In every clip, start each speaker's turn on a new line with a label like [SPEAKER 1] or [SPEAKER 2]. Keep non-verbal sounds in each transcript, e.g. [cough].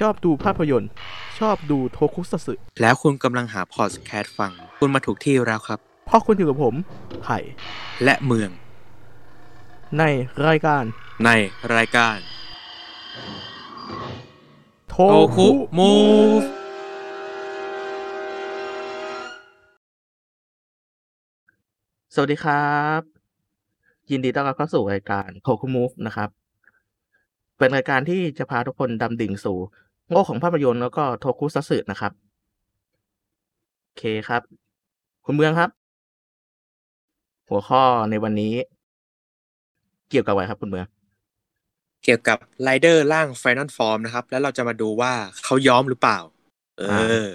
[SPEAKER 1] ชอบดูภาพยนตร์ ชอบดูโทคุสัตสึ
[SPEAKER 2] แล้วคุณกำลังหาพอดแคสต์ฟัง คุณมาถูกที่แล้วครับ
[SPEAKER 1] เพราะคุณอยู่กับผมไผ่
[SPEAKER 2] และเมือง
[SPEAKER 1] ในรายการ
[SPEAKER 2] ในรายการ
[SPEAKER 1] โท
[SPEAKER 2] โอคุมูฟ
[SPEAKER 1] สวัสดีครับ ยินดีต้อนรับเข้าสู่รายการโทคุมูฟนะครับ เป็นรายการที่จะพาทุกคนดำดิ่งสู่โลกของภาพยนตร์แล้วก็โทคุสัตสึนะครับ โอเคครับ คุณเมืองครับ หัวข้อในวันนี้ เกี่ยวกับอะไรครับคุณเมือง
[SPEAKER 2] เกี่ยวกับไรเดอร์ร่างไฟนอลฟอร์มนะครับ แล้วเราจะมาดูว่าเขาย้อมหรือเปล่า เออ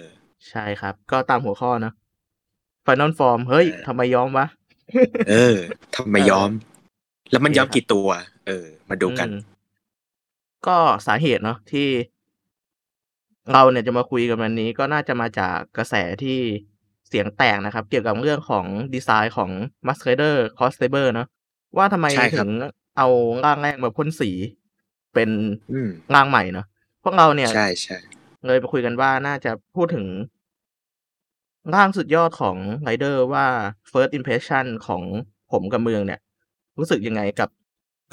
[SPEAKER 1] ใช่ครับ ก็ตามหัวข้อนะ Final Form เฮ้ย
[SPEAKER 2] เออ
[SPEAKER 1] ทำไมย้อมวะ
[SPEAKER 2] เออทำไมย้อม แล้วมันย้อมกี่ตัว เออ มาดูกัน
[SPEAKER 1] อืมก็สาเหตุเนาะที่ เราเนี่ยจะมาคุยกันวันนี้ก็น่าจะมาจากกระแสที่เสียงแตกนะครับ เกี่ยวกับเรื่องของดีไซน์ของ m a s k r a d e r c o s t a b l e เนาะว่าทำไม
[SPEAKER 2] ใช่ครั
[SPEAKER 1] ถึ
[SPEAKER 2] บ
[SPEAKER 1] งเอาร่างแรกมาพ่นสีเป็น
[SPEAKER 2] อืม
[SPEAKER 1] ร่างใหม่เนาะพวกเราเนี่ย
[SPEAKER 2] ใช่ใช่
[SPEAKER 1] เลยมาคุยกันว่าน่าจะพูดถึงร่างสุดยอดของไรเดอร์ว่า first impression ของผมกับเมืองเนี่ย รู้สึกยังไงกับ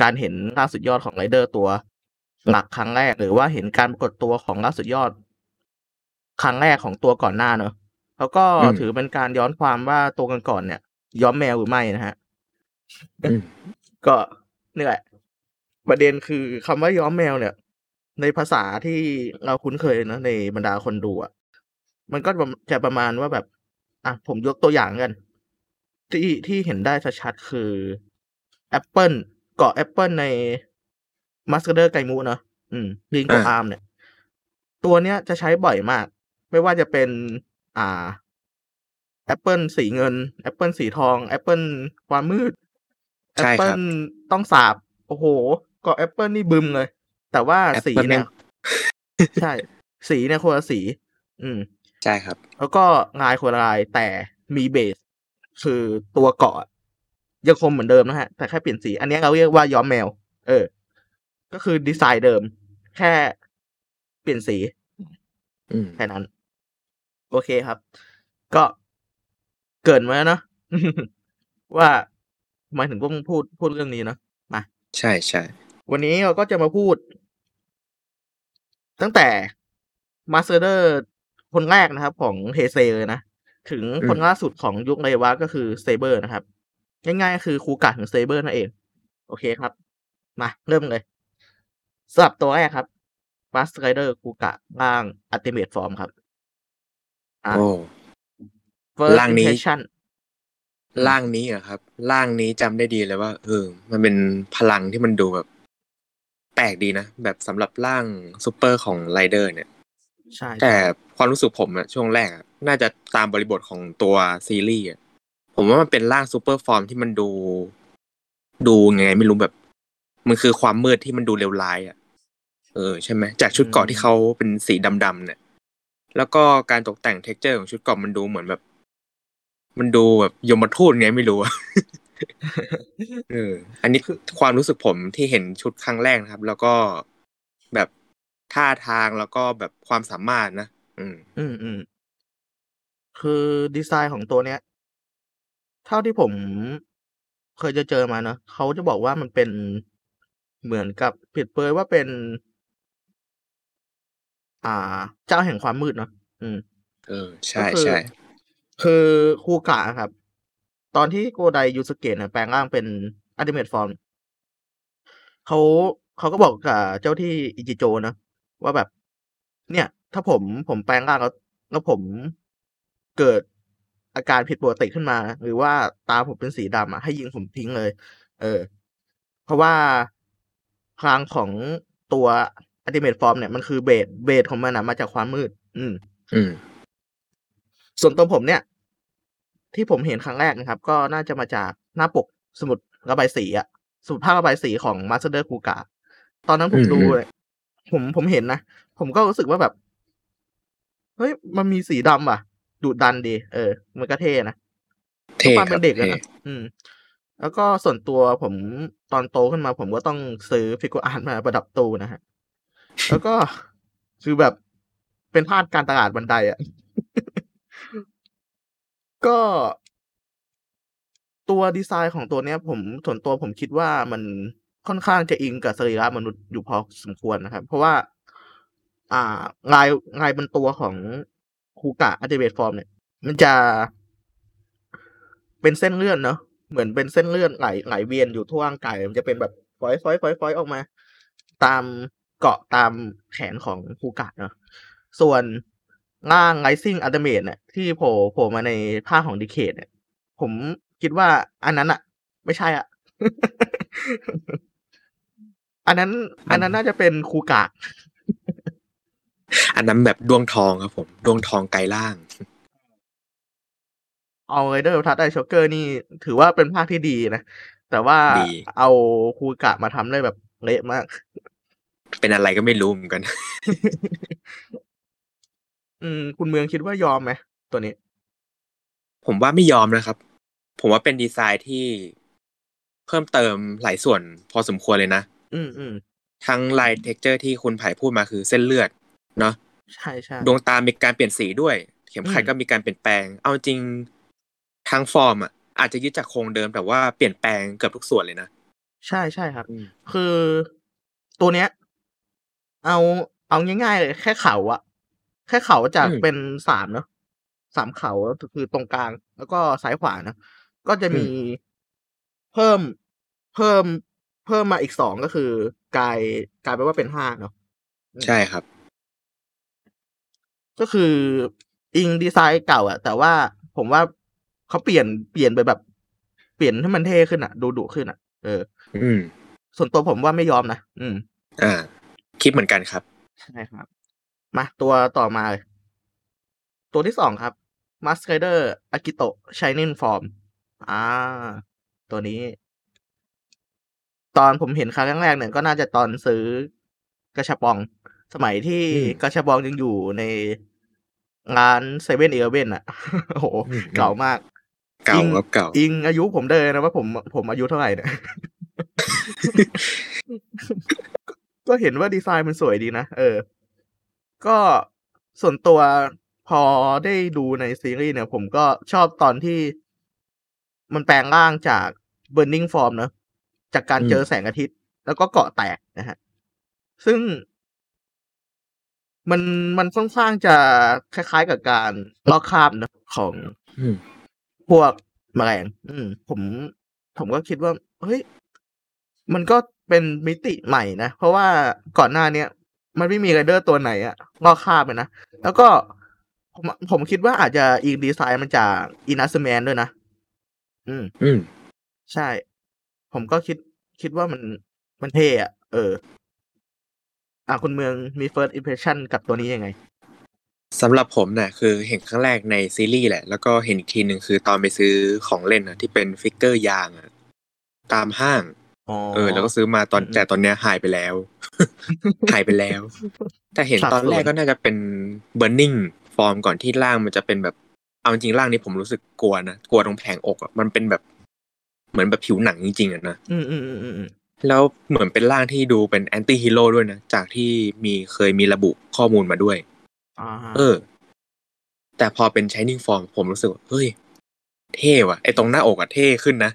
[SPEAKER 1] การเห็นร่างสุดยอดของไรเดอร์ตัว หลักครั้งแรก หรือว่าเห็นการปรากฏตัวของร่างสุดยอด ครั้งแรกของตัวก่อนหน้าเนอะแล้วก็ถือเป็นการย้อนความว่าตัวกันก่อนๆเนี่ย ย้อมแมวหรือไม่นะฮะ
[SPEAKER 2] อืม
[SPEAKER 1] ก็นี่แหละ ประเด็นคือคำว่าย้อมแมวเนี่ย ในภาษาที่เราคุ้นเคยนะในบรรดาคนดูอ่ะมันก็ประจะประมาณว่าแบบ อ่ะผมยกตัวอย่างกัน ที่ที่เห็นได้ชัดๆคือแอปเปิลเกาะแอปเปิลในมัสเกเดอร์ไกมูเนาะอืมลิงโกอาร์มเนี่ย ตัวเนี้ยจะใช้บ่อยมาก ไม่ว่าจะเป็น อ่าแอปเปิลสีเงินแอปเปิลสีทองแอปเปิลความมืด แอป
[SPEAKER 2] ใช่
[SPEAKER 1] เปิ
[SPEAKER 2] ค
[SPEAKER 1] ล
[SPEAKER 2] รับ
[SPEAKER 1] ต้องสาบ โอ้โหเกาะแอปเปิลนี่บึมเลย แต่ว่า
[SPEAKER 2] แอปเปิ้ล
[SPEAKER 1] สีเนี่ย
[SPEAKER 2] แม่
[SPEAKER 1] ใช่ สีเนี่ยคนละสี อืม
[SPEAKER 2] ใช่ครับ
[SPEAKER 1] แล้วก็ลายคนละลายแต่มีเบส คือตัวเกาะยังคงเหมือนเดิมนะฮะ แต่แค่เปลี่ยนสี อันเนี้ยเราเรียกว่าย้อมแมว เออ ก็คือดีไซน์เดิม แค่เปลี่ยนสี
[SPEAKER 2] อืม
[SPEAKER 1] แค่นั้น โอเคครับ ก็เกรินไว้แล้วเนอะ [laughs] ว่าทำไมถึงต้องพูดพูดเรื่องนี้เนอะ
[SPEAKER 2] ใช่ใช่
[SPEAKER 1] วันนี้เราก็จะมาพูด ตั้งแต่มาสเตอร์คนแรกนะครับ ของเฮเซเลยนะ ถึงคนล่าสุดของยุคเรวะก็คือเซเบอร์นะครับ ง่ายๆก็คือครูกัดของเซเบอร์นั่นเอง โอเคครับ มาเริ่มเลยสลับตัวแรกครับมาสเตอร์ครูกะร่างอัติเมตฟอร์มครับ อ่ะ
[SPEAKER 2] โอ้
[SPEAKER 1] First
[SPEAKER 2] ร่างนี้
[SPEAKER 1] impression
[SPEAKER 2] ร่างนี้เหรอะครับ ร่างนี้จำได้ดีเลยว่า เออ มันเป็นพลังที่มันดูแบบ แปลกดีนะ แบบสำหรับร่างซูเปอร์ของไรเดอร์เนี่ย
[SPEAKER 1] ใช่
[SPEAKER 2] แต่ความรู้สึกผมอะช่วงแรกอะน่าจะตามบริบทของตัวซีรีส์อะผมว่ามันเป็นร่างซูเปอร์ฟอร์มที่มันดู ดูยังไงไม่รู้แบบ มันคือความมืดที่มันดูเลวร้ายอะเออใช่ไหมจากชุดเกราะที่เขาเป็นสีดำๆเนี่ย แล้วก็การตกแต่งเท็กเจอร์ของชุดเกราะมันดูเหมือนแบบ มันดูแบบยมทูตไงไม่
[SPEAKER 1] [laughs]
[SPEAKER 2] รู้อะ เอออันนี้คือความรู้สึกผมที่เห็นชุดครั้งแรกนะครับ แล้วก็แบบท่าทางแล้วก็แบบความสามารถนะ อืม
[SPEAKER 1] อืมอืมคือดีไซน์ของตัวเนี้ย เท่าที่ผมเคยจะเจอมาเนอะเขาจะบอกว่ามันเป็นเหมือนกับผิดเปยว่าเป็น อ่า เจ้าแห่งความมืดเนอะอืม
[SPEAKER 2] เออ ใช่
[SPEAKER 1] ก็คือ
[SPEAKER 2] ใช่
[SPEAKER 1] คือคูกะครับ ตอนที่โกไดยูสเกะเนี่ยแปลงร่างเป็นอัติเมตฟอร์มเขาเขาก็บอกกับเจ้าที่อิจิโจนะ ว่าแบบ เนี่ย ถ้าผมผมแปลงร่างแล้วแล้วผมเกิดอาการผิดปกติขึ้นมา หรือว่าตาผมเป็นสีดำอ่ะให้ยิงผมทิ้งเลย เออ เพราะว่าพลังของตัวอัติเมตฟอร์มเนี่ยมันคือเบสเบสของมันนะมาจากความมืด อืม
[SPEAKER 2] อืม
[SPEAKER 1] ส่วนตัวผมเนี่ย ที่ผมเห็นครั้งแรกนะครับ ก็น่าจะมาจากหน้าปกสมุดระบายสีอะสมุดภาพระบายสีของมาสเตอร์คูกาตอนนั้นผม
[SPEAKER 2] อืม
[SPEAKER 1] ดูเลยผมผมเห็นนะ ผมก็รู้สึกว่าแบบ เฮ้ย มันมีสีดำว่ะดุดันดี เออ มันก็เท่นะ
[SPEAKER 2] เท่
[SPEAKER 1] ความ
[SPEAKER 2] ค
[SPEAKER 1] เป็
[SPEAKER 2] รั
[SPEAKER 1] น
[SPEAKER 2] บ
[SPEAKER 1] เด็กอะ
[SPEAKER 2] เท่
[SPEAKER 1] นะอืม แล้วก็ส่วนตัวผมตอนโตขึ้นมา ผมก็ต้องซื้อฟิกเกอร์อาร์ตมาประดับตู้นะฮะ [laughs] แล้วก็ คือแบบเป็นพลาดการตลาดบันไดอะ [laughs] ก็ตัวดีไซน์ของตัวเนี้ย ผมส่วนตัวผมคิดว่ามันค่อนข้างจะอิงกับสรีระมนุษย์อยู่พอสมควรนะครับ เพราะว่า อ่าลายลายบนตัวของคูกะอัติเบตฟอร์มเนี่ย มันจะเป็นเส้นเลื่อนเนาะเหมือนเป็นเส้นเลื่อนไหลไหลเวียนอยู่ทั่วร่างกายมันจะเป็นแบบฟอยฟอยฟอยฟอยออกมา ตามเกาะตามแขนของคูกะเนาะส่วนร่างไ i ซิ่งอัตเมตเนี่ยที่โผล่โผล่มาในภาคของดิเคทเนี่ย ผมคิดว่าอันนั้นอะไม่ใช่อะ [laughs] อันนั้น อันนั้นน่าจะเป็นคูกะ
[SPEAKER 2] อันนั้นแบบดวงทองครับผมดวงทองไกลล่าง
[SPEAKER 1] เอาไรเดอร์ทัดไอช็อกเกอร์นี่ถือว่าเป็นภาคที่ดีนะ แต่ว่า
[SPEAKER 2] ดี
[SPEAKER 1] เอาคูกะมาทำได้แบบเละมาก
[SPEAKER 2] เป็นอะไรก็ไม่รู้เหมือนกัน
[SPEAKER 1] [laughs] อืม คุณเมืองคิดว่ายอมไหมตัวนี้
[SPEAKER 2] ผมว่าไม่ยอมนะครับ ผมว่าเป็นดีไซน์ที่เพิ่มเติมหลายส่วนพอสมควรเลยนะ
[SPEAKER 1] อืมอืม
[SPEAKER 2] ทั้งลายเท็กเจอร์ที่คุณไผ่พูดมาคือเส้นเลือดเนาะ
[SPEAKER 1] ใช่ใช่
[SPEAKER 2] ดวงตามีการเปลี่ยนสีด้วย เข็มขัด
[SPEAKER 1] อืม
[SPEAKER 2] ก็มีการเปลี่ยนแปลง เอาจริงทางฟอร์มอ่ะอาจจะยึดจากโครงเดิมแต่ว่าเปลี่ยนแปลงเกือบทุกส่วนเลยนะ
[SPEAKER 1] ใช่ใช่ครับ
[SPEAKER 2] อืม
[SPEAKER 1] คือตัวเนี้ย เอาเอาง่ายๆเลยแค่เขาอะแค่เขาจาก
[SPEAKER 2] อืม
[SPEAKER 1] เป็นสามเนาะสามเขาก็คือตรงกลาง แล้วก็ซ้ายขวาเนอะก็จะมี
[SPEAKER 2] อื
[SPEAKER 1] เพิ่มเพิ่มเพิ่มมาอีกสองก็คือกลายกลายไปนว่าเป็นห้าเนาะ
[SPEAKER 2] ใช่ครับ
[SPEAKER 1] ก็คืออิงดีไซน์เก่าอะแต่ว่าผมว่าเขาเปลี่ยนเปลี่ยนไปแบบ เปลี่ยนให้มันเท่ขึ้นอะดูดุขึ้นอะเออ
[SPEAKER 2] อืม
[SPEAKER 1] ส่วนตัวผมว่าไม่ยอมนะอืม
[SPEAKER 2] อ่า คิดเหมือนกันครับ
[SPEAKER 1] ใช่ครับ มาตัวต่อมาเลยตัวที่สองครับ m a s k r i d e r Akito Shining Form อ่า ตัวนี้ ตอนผมเห็นครั้งแรกเนี่ยก็น่าจะตอนซื้อกระชบปอง สมัยที่
[SPEAKER 2] อืม
[SPEAKER 1] กระชบปองยังอยู่ในร้านเซเว่นเอเว่นอ่ะ [laughs] โอ้โห เก่ามาก
[SPEAKER 2] เก่าครับเก่า
[SPEAKER 1] อิงอายุผมได้เลยนะว่าผมผมอายุเท่าไหร่เนี่ย [laughs] ก็เห็นว่าดีไซน์มันสวยดีนะ เออ ก็ส่วนตัวพอได้ดูในซีรีส์เนี่ย ผมก็ชอบตอนที่มันแปลงร่างจาก Burning Form เนอะจากการ
[SPEAKER 2] อืม
[SPEAKER 1] เจอแสงอาทิตย์ แล้วก็เกาะแตกนะฮะ ซึ่ง มันมันค่อนข้างจะคล้าย ๆ กับการลอกคราบเนอะของ
[SPEAKER 2] อืม
[SPEAKER 1] พวกแมลง อืม ผม ผมก็คิดว่า เฮ้ย มันก็เป็นมิติใหม่นะ เพราะว่าก่อนหน้าเนี้ย มันไม่มีไรเดอร์ตัวไหนอะงอกข้ามเลยนะ แล้วก็ผมผมคิดว่าอาจจะอีกดีไซน์มันจากอินัสแมนด้วยนะ อืม
[SPEAKER 2] อืม
[SPEAKER 1] ใช่ ผมก็คิด คิดว่ามัน มันเท่อะเออ อ่ะคุณเมืองมี first impression กับตัวนี้ยังไง
[SPEAKER 2] สำหรับผมเนี่ยคือเห็นครั้งแรกในซีรีส์แหละ แล้วก็เห็นอีกทีหนึ่งคือตอนไปซื้อของเล่นนะที่เป็นฟิกเกอร์ยางอะตามห้าง
[SPEAKER 1] อ๋อ
[SPEAKER 2] เออ แล้วก็ซื้อมาตอน
[SPEAKER 1] อืม
[SPEAKER 2] แต่ตอนเนี้ยหายไปแล้ว [laughs] หายไปแล้ว แต่เห็น
[SPEAKER 1] สับสน
[SPEAKER 2] ตอนแรกก็น่าจะเป็นเบ r n ร์นิ่งฟอร์มก่อนที่ร่างมันจะเป็นแบบ เอาจริงๆร่างนี้ผมรู้สึกกลัวนะกลัวตรงแผงอกอะมันเป็นแบบ เหมือนแบบผิวหนังจริงๆอะนะ
[SPEAKER 1] อืมอืมอืมอืมอืม
[SPEAKER 2] แล้วเหมือนเป็นร่างที่ดูเป็นแอนตี้ฮีโร่ด้วยนะ จากที่มีเคยมีระบุข้อมูลมาด้วย
[SPEAKER 1] อ่าฮะ
[SPEAKER 2] เออ แต่พอเป็น Shining Form ผมรู้สึกว่า เฮ้ย เท่ว่ะ ไอตรงหน้าอกอะเท่ขึ้นนะ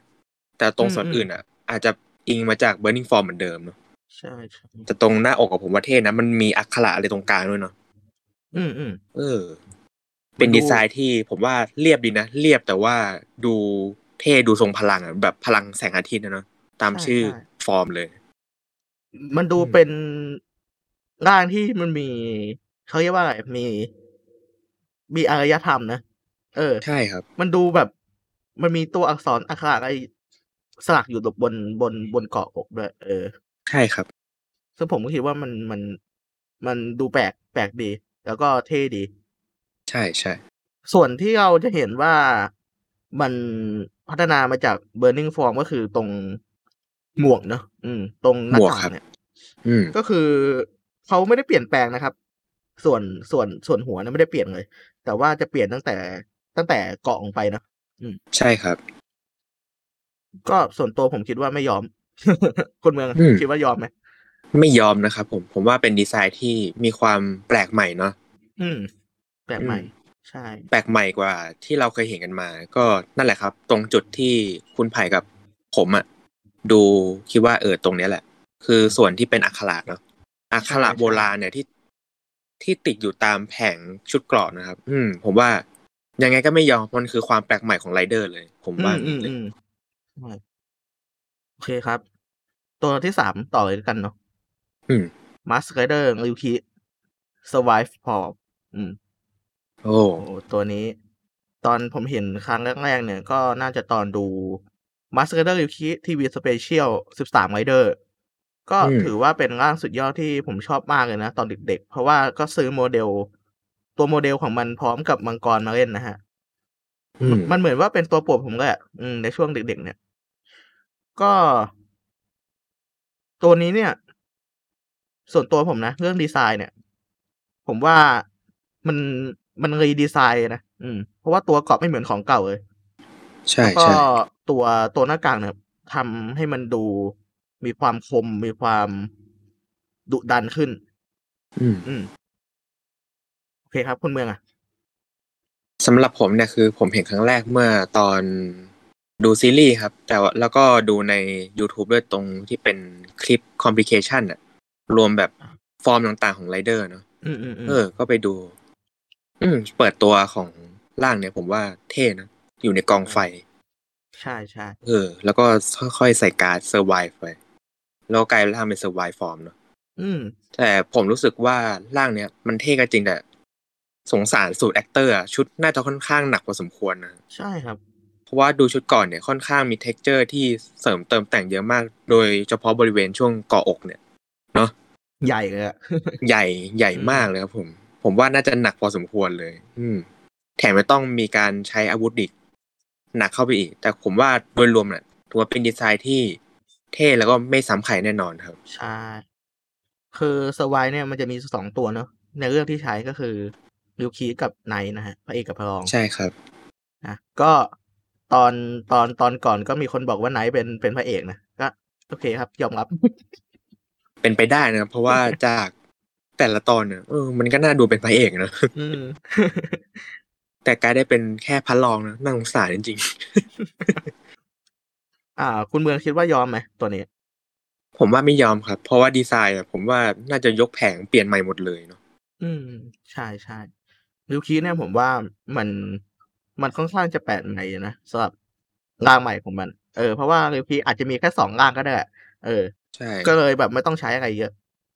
[SPEAKER 2] แต่ตรงส่วนอื่นอะอาจจะอิงมาจาก Burning Form เหมือนเดิมเนาะ
[SPEAKER 1] ใช่ใช่
[SPEAKER 2] แต่ตรงหน้าอกกับผมว่าเท่นะ มันมีอักขระอะไรตรงกลางด้วยเนาะ
[SPEAKER 1] อืมอืม
[SPEAKER 2] เออ เป็นดีไซน์ที่ผมว่าเรียบดีนะ เรียบแต่ว่าดูเท่ดูทรงพลังอะแบบพลังแสงอาทิตย์นะเนาะตาม
[SPEAKER 1] ใช่
[SPEAKER 2] ชื่อ
[SPEAKER 1] ใช่
[SPEAKER 2] ฟอร์มเลย
[SPEAKER 1] มันดู
[SPEAKER 2] อืม
[SPEAKER 1] เป็นร่างที่มันมีเขาเรียกว่าอะไรมี มีอารยธรรมนะเออ
[SPEAKER 2] ใช่ครับ
[SPEAKER 1] มันดูแบบ มันมีตัวอักษรอักขระอะไรสลักอยู่บนบนบนเกาะอกด้วยเออ
[SPEAKER 2] ใช่ครับ
[SPEAKER 1] ซึ่งผมก็คิดว่ามันมันมันดูแปลกแปลกดี แล้วก็เท่ดี
[SPEAKER 2] ใช่ใช่
[SPEAKER 1] ส่วนที่เราจะเห็นว่ามันพัฒนามาจาก Burning Form ก็คือตรงหมวกเนอะอืม ตรงหน้าต่างเนี่ย
[SPEAKER 2] อืม
[SPEAKER 1] ก็คือเขาไม่ได้เปลี่ยนแปลงนะครับ ส่วนส่วนส่วนหัวเนะไม่ได้เปลี่ยนเลย แต่ว่าจะเปลี่ยนตั้งแต่ตั้งแต่เกาะออกไปนะ
[SPEAKER 2] ใช่ครับ
[SPEAKER 1] ก็ส่วนตัวผมคิดว่าไม่ยอม [laughs] คนเมือง
[SPEAKER 2] อืม
[SPEAKER 1] คิดว่ายอมไหม
[SPEAKER 2] ไม่ยอมนะครับผมผมว่าเป็นดีไซน์ที่มีความแปลกใหม่เนาะ
[SPEAKER 1] อืมแปลกใหม่
[SPEAKER 2] อืม
[SPEAKER 1] ใช่
[SPEAKER 2] แปลกใหม่กว่าที่เราเคยเห็นกันมา ก็นั่นแหละครับ ตรงจุดที่คุณไผ่กับผมอะดูคิดว่าเออตรงเนี้ยแหละ คือส่วนที่เป็นอักขระเนาะอักขระ
[SPEAKER 1] ใช่ใช่
[SPEAKER 2] โบราณเนี่ยที่ที่ติดอยู่ตามแผงชุดเกรอดนะครับ อืม ผมว่ายังไงก็ไม่ยอมมันคือความแปลกใหม่ของไรเดอร์เลย ผม
[SPEAKER 1] อื
[SPEAKER 2] ว่าม
[SPEAKER 1] อืมอืมใช่โอเคครับ ตัวที่สามต่อเลยกันเนาะ
[SPEAKER 2] อืม
[SPEAKER 1] มาสไกเดอร์ริวคิ survive พออืม
[SPEAKER 2] โอ้
[SPEAKER 1] โอ้โหตัวนี้ ตอนผมเห็นครั้งแรกๆเนี่ย ก็น่าจะตอนดู m a s t e r d e r คิทีวีสเปเชียล13 r i d e r ก็ถือว่าเป็นร่างสุดยอดที่ผมชอบมากเลยนะ ตอนเด็กๆ เพราะว่าก็ซื้อโมเดล ตัวโมเดลของมันพร้อมกับมังกรมาเล่นนะฮะ
[SPEAKER 2] อืม
[SPEAKER 1] มันเหมือนว่าเป็นตัวโปรดผมเลยอะอืมในช่วงเด็กๆเนี่ย ก็ ตัวนี้เนี่ย ส่วนตัวผมนะ เรื่องดีไซน์เนี่ย ผมว่ามันมันรีดีไซน์นะอืมเพราะว่าตัวกรอบไม่เหมือนของเก่าเลย
[SPEAKER 2] ใช่
[SPEAKER 1] ก็
[SPEAKER 2] ใช่
[SPEAKER 1] ตัวตัวหน้ากากเนี่ยทำให้มันดูมีความคม มีความดุดันขึ้น
[SPEAKER 2] อืม
[SPEAKER 1] อืมโอเคครับ คุณเมืองอ่ะ
[SPEAKER 2] สำหรับผมเนี่ยคือผมเห็นครั้งแรกเมื่อตอนดูซีรีส์ครับ แต่ว่าแล้วก็ดูใน YouTube ด้วยตรงที่เป็นคลิปคอมพลิเคชันอะรวมแบบฟอร์มต่างๆของไรเดอร์เนาะ
[SPEAKER 1] อืมอืมอืม
[SPEAKER 2] เออ ก็ไปดู อืมเปิดตัวของร่างเนี่ยผมว่าเท่นะ อยู่ในกองไฟ
[SPEAKER 1] ใช่ใช่
[SPEAKER 2] เออ แล้วก็ค่อยๆใส่การ์ดเซอร์ไวไป แล้วกลายร่างเป็นเซอร์ไวฟอร์มเนาะ
[SPEAKER 1] อืม
[SPEAKER 2] แต่ผมรู้สึกว่าร่างเนี้ยมันเท่ก็จริงแต่สงสารสูตรแอคเตอร์อะชุดน่าจะค่อนข้างหนักพอสมควรนะ
[SPEAKER 1] ใช่ครับ
[SPEAKER 2] เพราะว่าดูชุดก่อนเนี่ยค่อนข้างมี t e x t อร์ที่เสริมเติมแต่งเยอะมาก โดยเฉพาะบริเวณช่วงกออกเนี่ย
[SPEAKER 1] ใหญ่เลยอะ
[SPEAKER 2] ใหญ่ใหญ่
[SPEAKER 1] อืม
[SPEAKER 2] มากเลยครับผม ผมว่าน่าจะหนักพอสมควรเลย อืม แถมไม่ต้องมีการใช้อาวุธอีกหนักเข้าไปอีก แต่ผมว่าโดยรวมเนี่ยถือว่าเป็นดีไซน์ที่เท่แล้วก็ไม่ซ้ำใครแน่นอนครับ
[SPEAKER 1] ใช่ คือสวายเนี่ยมันจะมีสองตัวเนอะในเรื่องที่ใช้ก็คือริวคีกับไนท์นะฮะพระเอกกับพระรอง
[SPEAKER 2] ใช่ครับ
[SPEAKER 1] นะก็ตอนตอนตอนก่อนก็มีคนบอกว่าไนท์เป็นเป็นพระเอกนะก็โอเคครับ ยอม
[SPEAKER 2] [laughs]
[SPEAKER 1] รับ
[SPEAKER 2] เป็นไปได้นะครับเพราะว่าจากแต่ละตอนเนี่ยเออมันก็น่าดูเป็นพระเอกนะ
[SPEAKER 1] อืม [laughs]
[SPEAKER 2] แต่กลายได้เป็นแค่พระรองนะน่าสงสารจริงๆ
[SPEAKER 1] อ่า คุณเมืองคิดว่ายอมไหมตัวนี้
[SPEAKER 2] ผมว่าไม่ยอมครับ เพราะว่าดีไซน์อะผมว่าน่าจะยกแผงเปลี่ยนใหม่หมดเลยเนาะ
[SPEAKER 1] อืม ใช่ใช่ริวคีเนี่ยผมว่ามันมันค่อนข้างจะแปลกใหม่นะสำหรับร่างใหม่ของมัน เออเพราะว่าริวคีอาจจะมีแค่สองร่างก็ได้เออ
[SPEAKER 2] ใช่
[SPEAKER 1] ก็เลยแบบไม่ต้องใช้อะไรเยอะ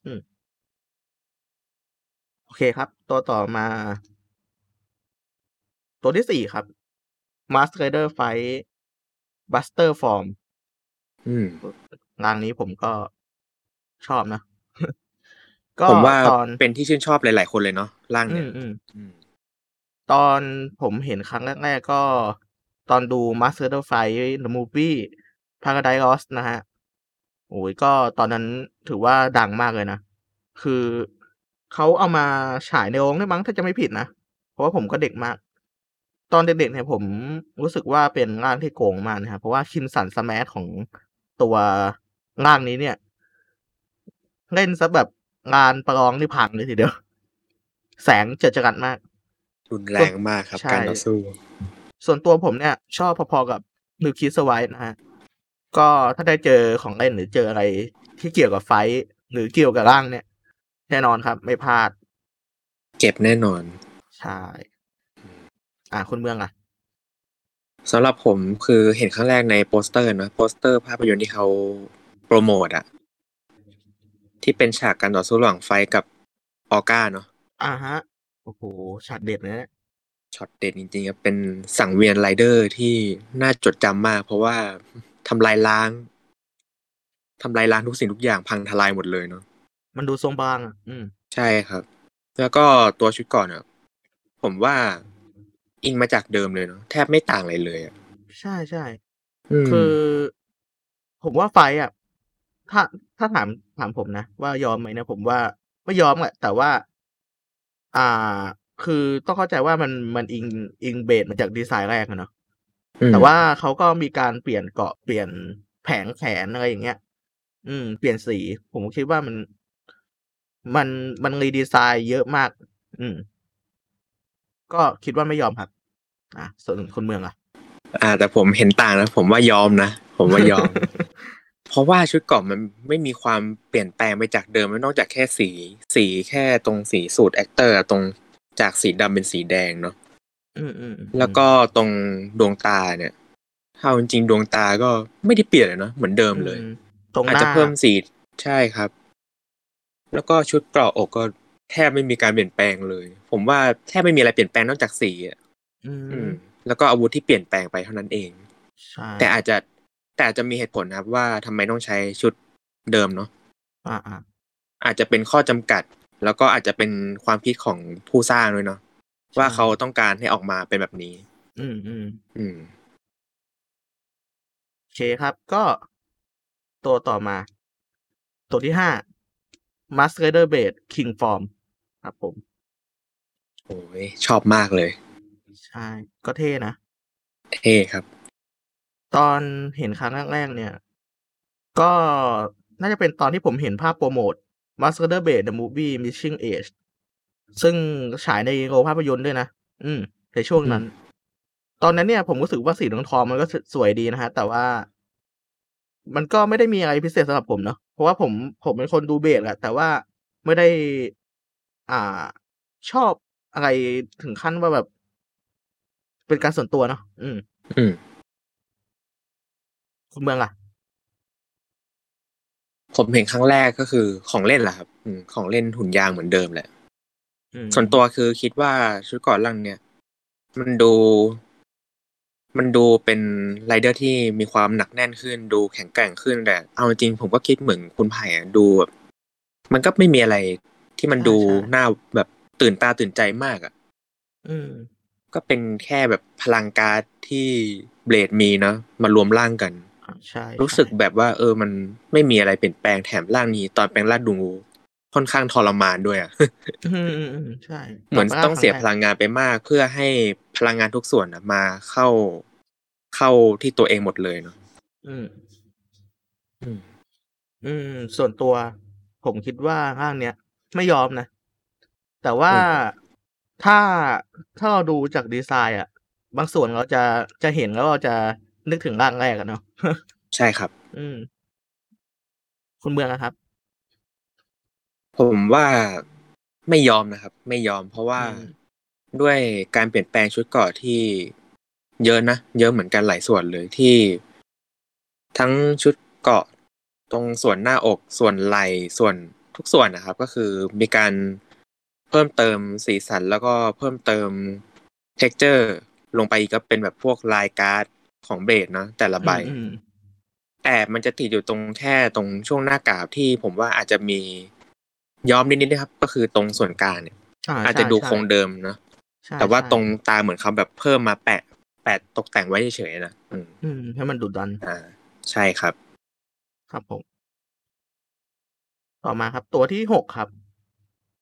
[SPEAKER 1] อืม โอเคครับ ตัวต่อมา ตัวที่สี่ครับ Mask Rider Fight Buster Form
[SPEAKER 2] อืม
[SPEAKER 1] รางนี้ผมก็ชอบนะ [laughs] ก็
[SPEAKER 2] ผมว่า
[SPEAKER 1] ตอน
[SPEAKER 2] เป็นที่ชื่นชอบหลาย ๆ คนเลยเนาะร่าง
[SPEAKER 1] อื
[SPEAKER 2] เนี่ย
[SPEAKER 1] มอืม
[SPEAKER 2] อืม
[SPEAKER 1] ตอนผมเห็นครั้งแรกๆก็ตอนดู Master of Fight The Movie Paradise Lost นะฮะ โอ้ยก็ตอนนั้นถือว่าดังมากเลยนะ คือเขาเอามาฉายในโรงได้วยมั้งถ้าจะไม่ผิดนะ เพราะว่าผมก็เด็กมาก ตอนเด็กๆเนี่ยผมรู้สึกว่าเป็นร่างที่โกงมากนะครับเพราะว่าคิมสันสแมทของตัวร่างนี้เนี่ย เล่นซะแบบงานประลองนี่พังเลยทีเดียว แสงเจิดจรัสมาก
[SPEAKER 2] รุนแรงมากครับ
[SPEAKER 1] ใช่
[SPEAKER 2] การต่อสู้
[SPEAKER 1] ส่วนตัวผมเนี่ย ชอบพอๆกับนิวคิสไวท์นะฮะ ก็ถ้าได้เจอของเล่นหรือเจออะไรที่เกี่ยวกับไฟท์หรือเกี่ยวกับร่างเนี่ย แน่นอนครับ ไม่พลาด
[SPEAKER 2] เจ็บแน่นอน
[SPEAKER 1] ใช่ อ่าคุณเมืองอ่ะ
[SPEAKER 2] สำหรับผมคือเห็นครั้งแรกในโปสเตอร์เนาะโปสเตอร์ภาพยนตร์ที่เขาโปรโมทอะที่เป็นฉากการต่อสู้ระหว่างไฟกับออก้าเนาะ
[SPEAKER 1] อ่าฮะ โอ้โหช็อตเด็ดเลยนะ
[SPEAKER 2] ช็อตเด็ดจริงๆครับเป็นสังเวียนไรเดอร์ที่น่าจดจำมาก เพราะว่าทำลายล้างทำลายล้างทุกสิ่งทุกอย่างพังทลายหมดเลยเนาะ
[SPEAKER 1] มันดูทรงบางอะอืม
[SPEAKER 2] ใช่ครับ แล้วก็ตัวชุดก่อนอ่ะ ผมว่าอิงมาจากเดิมเลยเนาะแทบไม่ต่างอะไรเลยอ่ะ
[SPEAKER 1] ใช่ใช่
[SPEAKER 2] ม
[SPEAKER 1] คือ ผมว่าไฟท์อ่ะ ถ้าถ้าถามถามผมนะ ว่ายอมไหมนะผมว่าไม่ยอมแหละแต่ว่า อ่า คือต้องเข้าใจว่ามันมันอิงอิงเบสมาจากดีไซน์แรกอะเนาะ
[SPEAKER 2] ม
[SPEAKER 1] แต่ว่าเขาก็มีการเปลี่ยนเกาะเปลี่ยนแผงแขนอะไรอย่างเงี้ย อืม เปลี่ยนสี ผมก็คิดว่ามัน มันมันรีดีไซน์เยอะมาก อืม ก็คิดว่าไม่ยอมครับ อ่ะส่วนคนเมืองอ่ะ
[SPEAKER 2] อ่า แต่ผมเห็นต่างนะผมว่ายอมนะผมว่ายอม [laughs] เพราะว่าชุดเก่อนมันไม่มีความเปลี่ยนแปลงไปจากเดิมนอกจากแค่สี สีแค่ตรงสีสูตรแอคเตอร์ตรงจากสีดำเป็นสีแดงเนาะ
[SPEAKER 1] [laughs] อืมอืมอืม
[SPEAKER 2] แล้วก็ตรงดวงตาเนี่ยถ้าเอาจริงๆดวงตาก็ไม่ได้เปลี่ยนเลยเนาะเหมือนเดิมเลย
[SPEAKER 1] อืตรงห
[SPEAKER 2] อาจ
[SPEAKER 1] น้า
[SPEAKER 2] จะเพิ่มสีใช่ครับ แล้วก็ชุดเกราะอกก็แทบไม่มีการเปลี่ยนแปลงเลย ผมว่าแทบไม่มีอะไรเปลี่ยนแปลงนอกจากสีอะ
[SPEAKER 1] อื
[SPEAKER 2] อื
[SPEAKER 1] ม
[SPEAKER 2] ม แล้วก็อาวุธที่เปลี่ยนแปลงไปเท่านั้นเอง
[SPEAKER 1] ใช่
[SPEAKER 2] แต่อาจจะแต่อาจจะมีเหตุผลนะครับ ว่าทำไมต้องใช้ชุดเดิมเนาะ
[SPEAKER 1] อ่าอ่า
[SPEAKER 2] อาจจะเป็นข้อจำกัด แล้วก็อาจจะเป็นความคิดของผู้สร้างด้วยเนาะว่าเขาต้องการให้ออกมาเป็นแบบนี้
[SPEAKER 1] อืมอืม
[SPEAKER 2] อืม
[SPEAKER 1] โอเคครับ ก็ตัวต่อมา ตัวที่ห้า Mask Rider Blade King Form ครับผม
[SPEAKER 2] โอ้ยชอบมากเลย
[SPEAKER 1] ใช่ ก็เท่นะ
[SPEAKER 2] เท่ครับ
[SPEAKER 1] ตอนเห็นครั้งแรกๆเนี่ย ก็น่าจะเป็นตอนที่ผมเห็นภาพโปรโมท Mask Rider Blade The Movie Missing Age ซึ่งฉายในโรงภาพยนตร์ด้วยนะ อืม ในช่วงนั้น ตอนนั้นเนี่ย ผมรู้สึกว่าสีทองทองๆมันก็สวยดีนะฮะ แต่ว่า มันก็ไม่ได้มีอะไรพิเศษสำหรับผมเนาะ เพราะว่าผมผมเป็นคนดูเบสแหละแต่ว่าไม่ได้ อ่าชอบอะไรถึงขั้นว่าแบบ เป็นการส่วนตัวเนาะ อืม
[SPEAKER 2] อืม
[SPEAKER 1] คุณเมืองล่ะ
[SPEAKER 2] ผมเห็นครั้งแรกก็คือของเล่นแหละครับอืมของเล่นหุ่นยางเหมือนเดิมแหละ
[SPEAKER 1] อืม
[SPEAKER 2] ส่วนตัวคือคิดว่าชุดเก่อนลังเนี่ย มันดู มันดูเป็นไรเดอร์ที่มีความหนักแน่นขึ้น ดูแข็งแกร่งขึ้นแต่เอาจริงๆผมก็คิดเหมือนคุณไผ่อะดูแบบมันก็ไม่มีอะไรที่มันดูหน้าแบบตื่นตาตื่นใจมากอ่ะ
[SPEAKER 1] อืม
[SPEAKER 2] ก็เป็นแค่แบบพลังการ์ดที่เบลดมีเนาะมารวมร่างกัน
[SPEAKER 1] อ่าใช่
[SPEAKER 2] รู้สึกแบบว่า เออ มันไม่มีอะไรเปลี่ยนแปลงแถมร่างนี้ ตอนแปลงร่างดูค่อนข้างทรมานด้วยอ่ะ [laughs]
[SPEAKER 1] ใช่อืมอืมอืมใช่
[SPEAKER 2] เหมือนต้องเสียพลั
[SPEAKER 1] ครั้
[SPEAKER 2] งงานไปมาก เพื่อให้พลังงานทุกส่วนน่ะมาเข้าเข้าที่ตัวเองหมดเลยเนาะ
[SPEAKER 1] แรกอืม อืม ส่วนตัว ผมคิดว่าร่างเนี้ย ไม่ยอมนะ แต่ว่าถ้าถ้าเราดูจากดีไซน์อ่ะ บางส่วนเราจะจะเห็นแล้วเราจะนึกถึงร่างแรกอะเนาะ
[SPEAKER 2] ใช่ครับ
[SPEAKER 1] อืม คุณเมืองนะครับ
[SPEAKER 2] ผมว่าไม่ยอมนะครับ ไม่ยอม เพราะว่า
[SPEAKER 1] อืม
[SPEAKER 2] ด้วยการเปลี่ยนแปลงชุดเกราะที่เยอะนะเยอะเหมือนกันหลายส่วนเลยที่ ทั้งชุดเกราะตรงส่วนหน้าอกส่วนไหล่ส่วนทุกส่วนนะครับ ก็คือมีการเพิ่มเติมสีสันแล้วก็เพิ่มเติม t e x t อร์ ลงไปอีกก็เป็นแบบพวกลายการ์ดของเบสเนาะแต่ละใบ
[SPEAKER 1] อืม
[SPEAKER 2] แต่มันจะติดอยู่ตรงแค่ตรงช่วงหน้ากากที่ผมว่าอาจจะมีย้อมนิดๆนะครับ ก็คือตรงส่วนกลางเนี่ย
[SPEAKER 1] ม
[SPEAKER 2] อาจจะดูคงเดิมนะ
[SPEAKER 1] ใช่
[SPEAKER 2] แต่ว่า
[SPEAKER 1] ใช่
[SPEAKER 2] ตรงตาเหมือนเขาแบบเพิ่มมาแปะ แปะตกแต่งไว้เฉยๆนะอืม
[SPEAKER 1] อืม ให้มันดุดัน
[SPEAKER 2] อ่า ใช่ครับ
[SPEAKER 1] ครับผม ต่อมาครับ ตัวที่หกครับ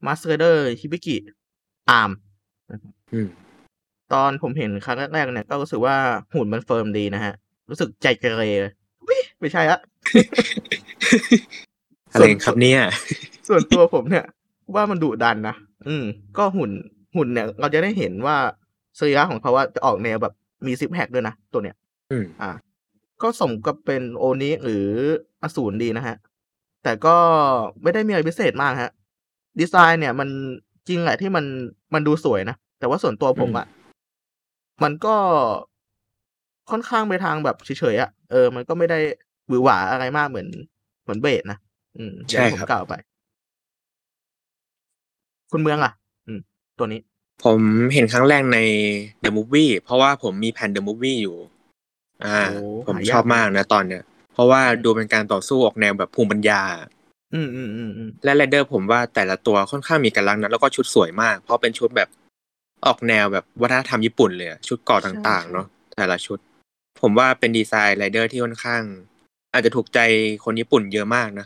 [SPEAKER 1] มาสเตอร์เดอร์ฮิบิกิอาร์ม
[SPEAKER 2] อืม
[SPEAKER 1] ตอนผมเห็นครั้งแรกๆเนี่ยก็รู้สึกว่าหุ่นมันเฟิร์มดีนะฮะ รู้สึกใจเกเรเลยอุ๊ยไม่ใช่ละ
[SPEAKER 2] อะไรครับเนี่ย
[SPEAKER 1] ส่วนตัวผมเนี่ย [laughs] ว่ามันดุดันนะอืม ก็หุ่นหุ่นเนี่ย เราจะได้เห็นว่าสรีระของเขาว่าจะออกแนวแบบมีซิปแพคด้วยนะ ตัวเนี้ย
[SPEAKER 2] อืม
[SPEAKER 1] อ่า ก็สมกับเป็นโอนี้หรืออสูรดีนะฮะ แต่ก็ไม่ได้มีอะไรพิเศษมากฮะ ดีไซน์เนี่ยมันจริงแหละที่มันมันดูสวยนะ แต่ว่าส่วนตัวผมอะมันก็ค่อนข้างไปทางแบบเฉยๆอะเออ มันก็ไม่ได้หวือหวาอะไรมากเหมือนเหมือนเบสนะอืมอย่างที่ผ
[SPEAKER 2] ใช่ค
[SPEAKER 1] ม
[SPEAKER 2] รับ
[SPEAKER 1] กล่าวไป คุณเมืองอ่ะ อืม ตัวนี้
[SPEAKER 2] ผมเห็นครั้งแรกใน The Movie เพราะว่าผมมีแผ่น The Movie อยู่ อ่า
[SPEAKER 1] โอ้
[SPEAKER 2] ผม
[SPEAKER 1] หายาก
[SPEAKER 2] ชอบมากนะตอนเนี้ย เพราะว่าดูเป็นการต่อสู้ออกแนวแบบภูมิปัญญา
[SPEAKER 1] อืมอืมอืมอืม
[SPEAKER 2] และไรเดอร์ผมว่าแต่ละตัวค่อนข้างมีกำลังนะแล้วก็ชุดสวยมาก เพราะเป็นชุดแบบออกแนวแบบวัฒนธรรมญี่ปุ่นเลยอะชุดเกาะต่างๆ เนาะแต่ละชุด ผมว่าเป็นดีไซน์ไรเดอร์ที่ค่อนข้าง อาจจะถูกใจคนญี่ปุ่นเยอะมากนะ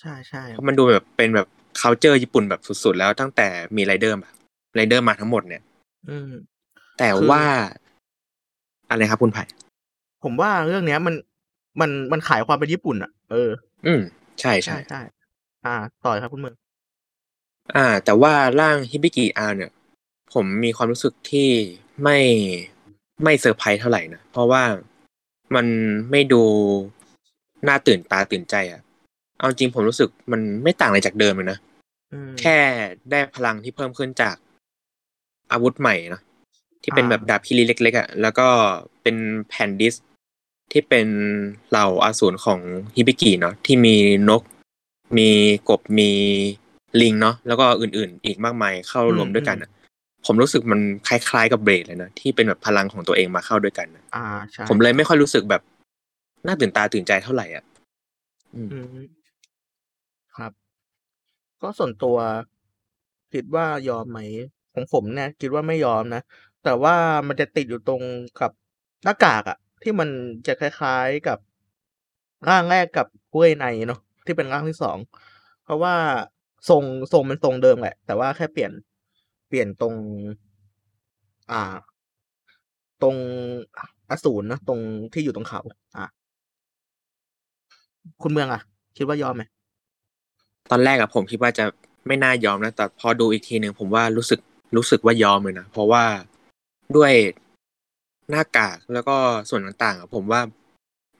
[SPEAKER 1] ใช่ใช่
[SPEAKER 2] เพราะมันดูแบบเป็นแบบ c u เจอร์ญี่ปุ่นแบบสุดๆ แล้วตั้งแต่มีไรเดอร์มาไรเดอร์มาทั้งหมดเนี่ย
[SPEAKER 1] อืม
[SPEAKER 2] แต่
[SPEAKER 1] คือ
[SPEAKER 2] ว่าอะไรครับคุณไผ่
[SPEAKER 1] ผมว่าเรื่องเนี้ยมันมันมันขายความเป็นญี่ปุ่นอะ เออ
[SPEAKER 2] อืม ใช่ใช่
[SPEAKER 1] ใช่ใช่อ่า ต่อยครับคุณเมือง
[SPEAKER 2] อ่า แต่ว่าร่างฮิบิกิอาเนี่ย ผมมีความรู้สึกที่ไม่ไม่เซอร์ไพรส์เท่าไหร่นะเพราะว่ามันไม่ดูน่าตื่นตาตื่นใจอะเอาจริงผมรู้สึกมันไม่ต่างอะไรจากเดิมเลยนะ
[SPEAKER 1] อืม
[SPEAKER 2] แค่ได้พลังที่เพิ่มขึ้นจากอาวุธใหม่นะที่เป็น
[SPEAKER 1] อ่า
[SPEAKER 2] แบบดาบพิลีเล็กๆอ่ะแล้วก็เป็นแผ่นดิสก์ที่เป็นเหล่าอาสูรของฮิบิกิเนาะที่มีนก มีกบมีลิงเนาะแล้วก็อื่นๆ อีกมากมายเข้ารวมด้วยกันอะผมรู้สึกมันคล้ายๆกับเบรดเลยนะที่เป็นแบบพลังของตัวเองมาเข้าด้วยกันนะ
[SPEAKER 1] อ่าใช่
[SPEAKER 2] ผมเลยไม่ค่อยรู้สึกแบบน่าตื่นตาตื่นใจเท่าไหร่อ่ะอืม
[SPEAKER 1] อืมครับ ก็ส่วนตัวคิดว่ายอมไหมของผมเนี่ยคิดว่าไม่ยอมนะแต่ว่ามันจะติดอยู่ตรงกับหน้ากากอะที่มันจะคล้ายๆกับร่างแรกกับกล้วยในเนาะที่เป็นร่างที่สองเพราะว่าทรงทรงเป็นทรงเดิมแหละ แต่ว่าแค่เปลี่ยนเปลี่ยนตรง อ่า ตรงอสูรนะตรงที่อยู่ตรงเขา อ่ะ คุณเมืองอะคิดว่ายอมไหม
[SPEAKER 2] ตอนแรกอะผมคิดว่าจะไม่น่ายอมนะแต่พอดูอีกทีหนึ่งผมว่ารู้สึกรู้สึกว่ายอมเลยนะเพราะว่าด้วยหน้ากากแล้วก็ส่วนต่างๆอะผมว่า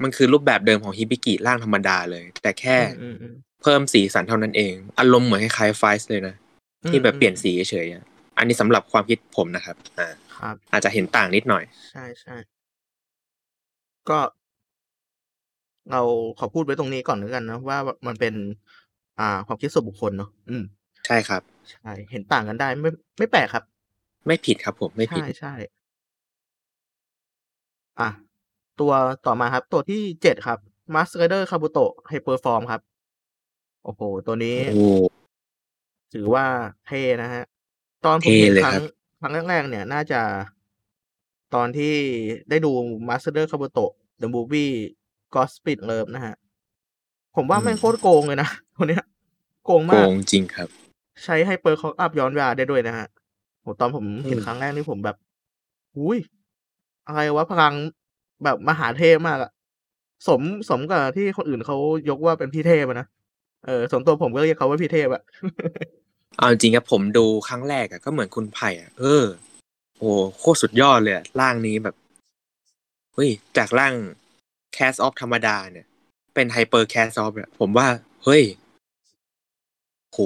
[SPEAKER 2] มันคือรูปแบบเดิมของฮิบิกิร่างธรรมดาเลย แต่แค่
[SPEAKER 1] อืมอืม
[SPEAKER 2] เพิ่มสีสันเท่านั้นเอง อารมณ์เหมือนคล้ายๆไฟส์เลยนะ
[SPEAKER 1] อืม
[SPEAKER 2] ที่แบบเปลี่ยนสีเฉยๆอะอันนี้สำหรับความคิดผมนะครับอ่า
[SPEAKER 1] ครับ
[SPEAKER 2] อาจจะเห็นต่างนิดหน่อย
[SPEAKER 1] ใช่ใช่ก็ เราขอพูดไว้ตรงนี้ก่อนแล้วกันนะว่ามันเป็น อ่า ความคิดส่วนบุคคลเนาะอืม
[SPEAKER 2] ใช่ครับ
[SPEAKER 1] ใช่เห็นต่างกันได้ไม่ไม่แปลกครับ
[SPEAKER 2] ไม่ผิดครับผมไม่ผิ
[SPEAKER 1] ใช่
[SPEAKER 2] ด
[SPEAKER 1] ใช่ อ่ะ ตัวต่อมาครับ ตัวที่เจ็ดครับมาสเ r เดอร์คาบุโตะไฮเปอร์ฟอร์มครับ โอ้โห ตัวนี้
[SPEAKER 2] โอ้
[SPEAKER 1] ถือว่าเท่นะฮะ ตอนผม
[SPEAKER 2] เท่
[SPEAKER 1] เห็น
[SPEAKER 2] เลย
[SPEAKER 1] ค
[SPEAKER 2] ค
[SPEAKER 1] รั้
[SPEAKER 2] รั
[SPEAKER 1] ง
[SPEAKER 2] บ
[SPEAKER 1] ครั้งแรกๆเนี่ย น่าจะตอนที่ได้ดู Master k a b u t o The Movie Gossip Love นะฮะ ผมว่า
[SPEAKER 2] อืม
[SPEAKER 1] แม่งโคตรโกงเลยนะ [laughs] ตัวเนี้ย โกง
[SPEAKER 2] โก
[SPEAKER 1] มาก
[SPEAKER 2] งจริงครับ
[SPEAKER 1] ใช้ให้เปิร์คอัพย้อนเวลาได้ด้วยนะฮะโหตอนผมเห็น
[SPEAKER 2] อืม
[SPEAKER 1] ครั้งแรกนี่ผมแบบ อุ้ย อะไรวะพลังแบบมหาเทพมากอะสมสมกับที่คนอื่นเขายกว่าเป็นพี่เทพอะนะ เออส่วนตัวผมก็เรียกเขาว่าพี่เทพอะ
[SPEAKER 2] เอาจริงครับผมดูครั้งแรกอะก็เหมือนคุณไผ่อะเออโอ้โคตรสุดยอดเลยอะร่างนี้แบบเฮ้ยจากร่างแคสออฟธรรมดาเนี่ย เป็นไฮเปอร์แคสออฟเนี่ยผมว่า เฮ้ยโห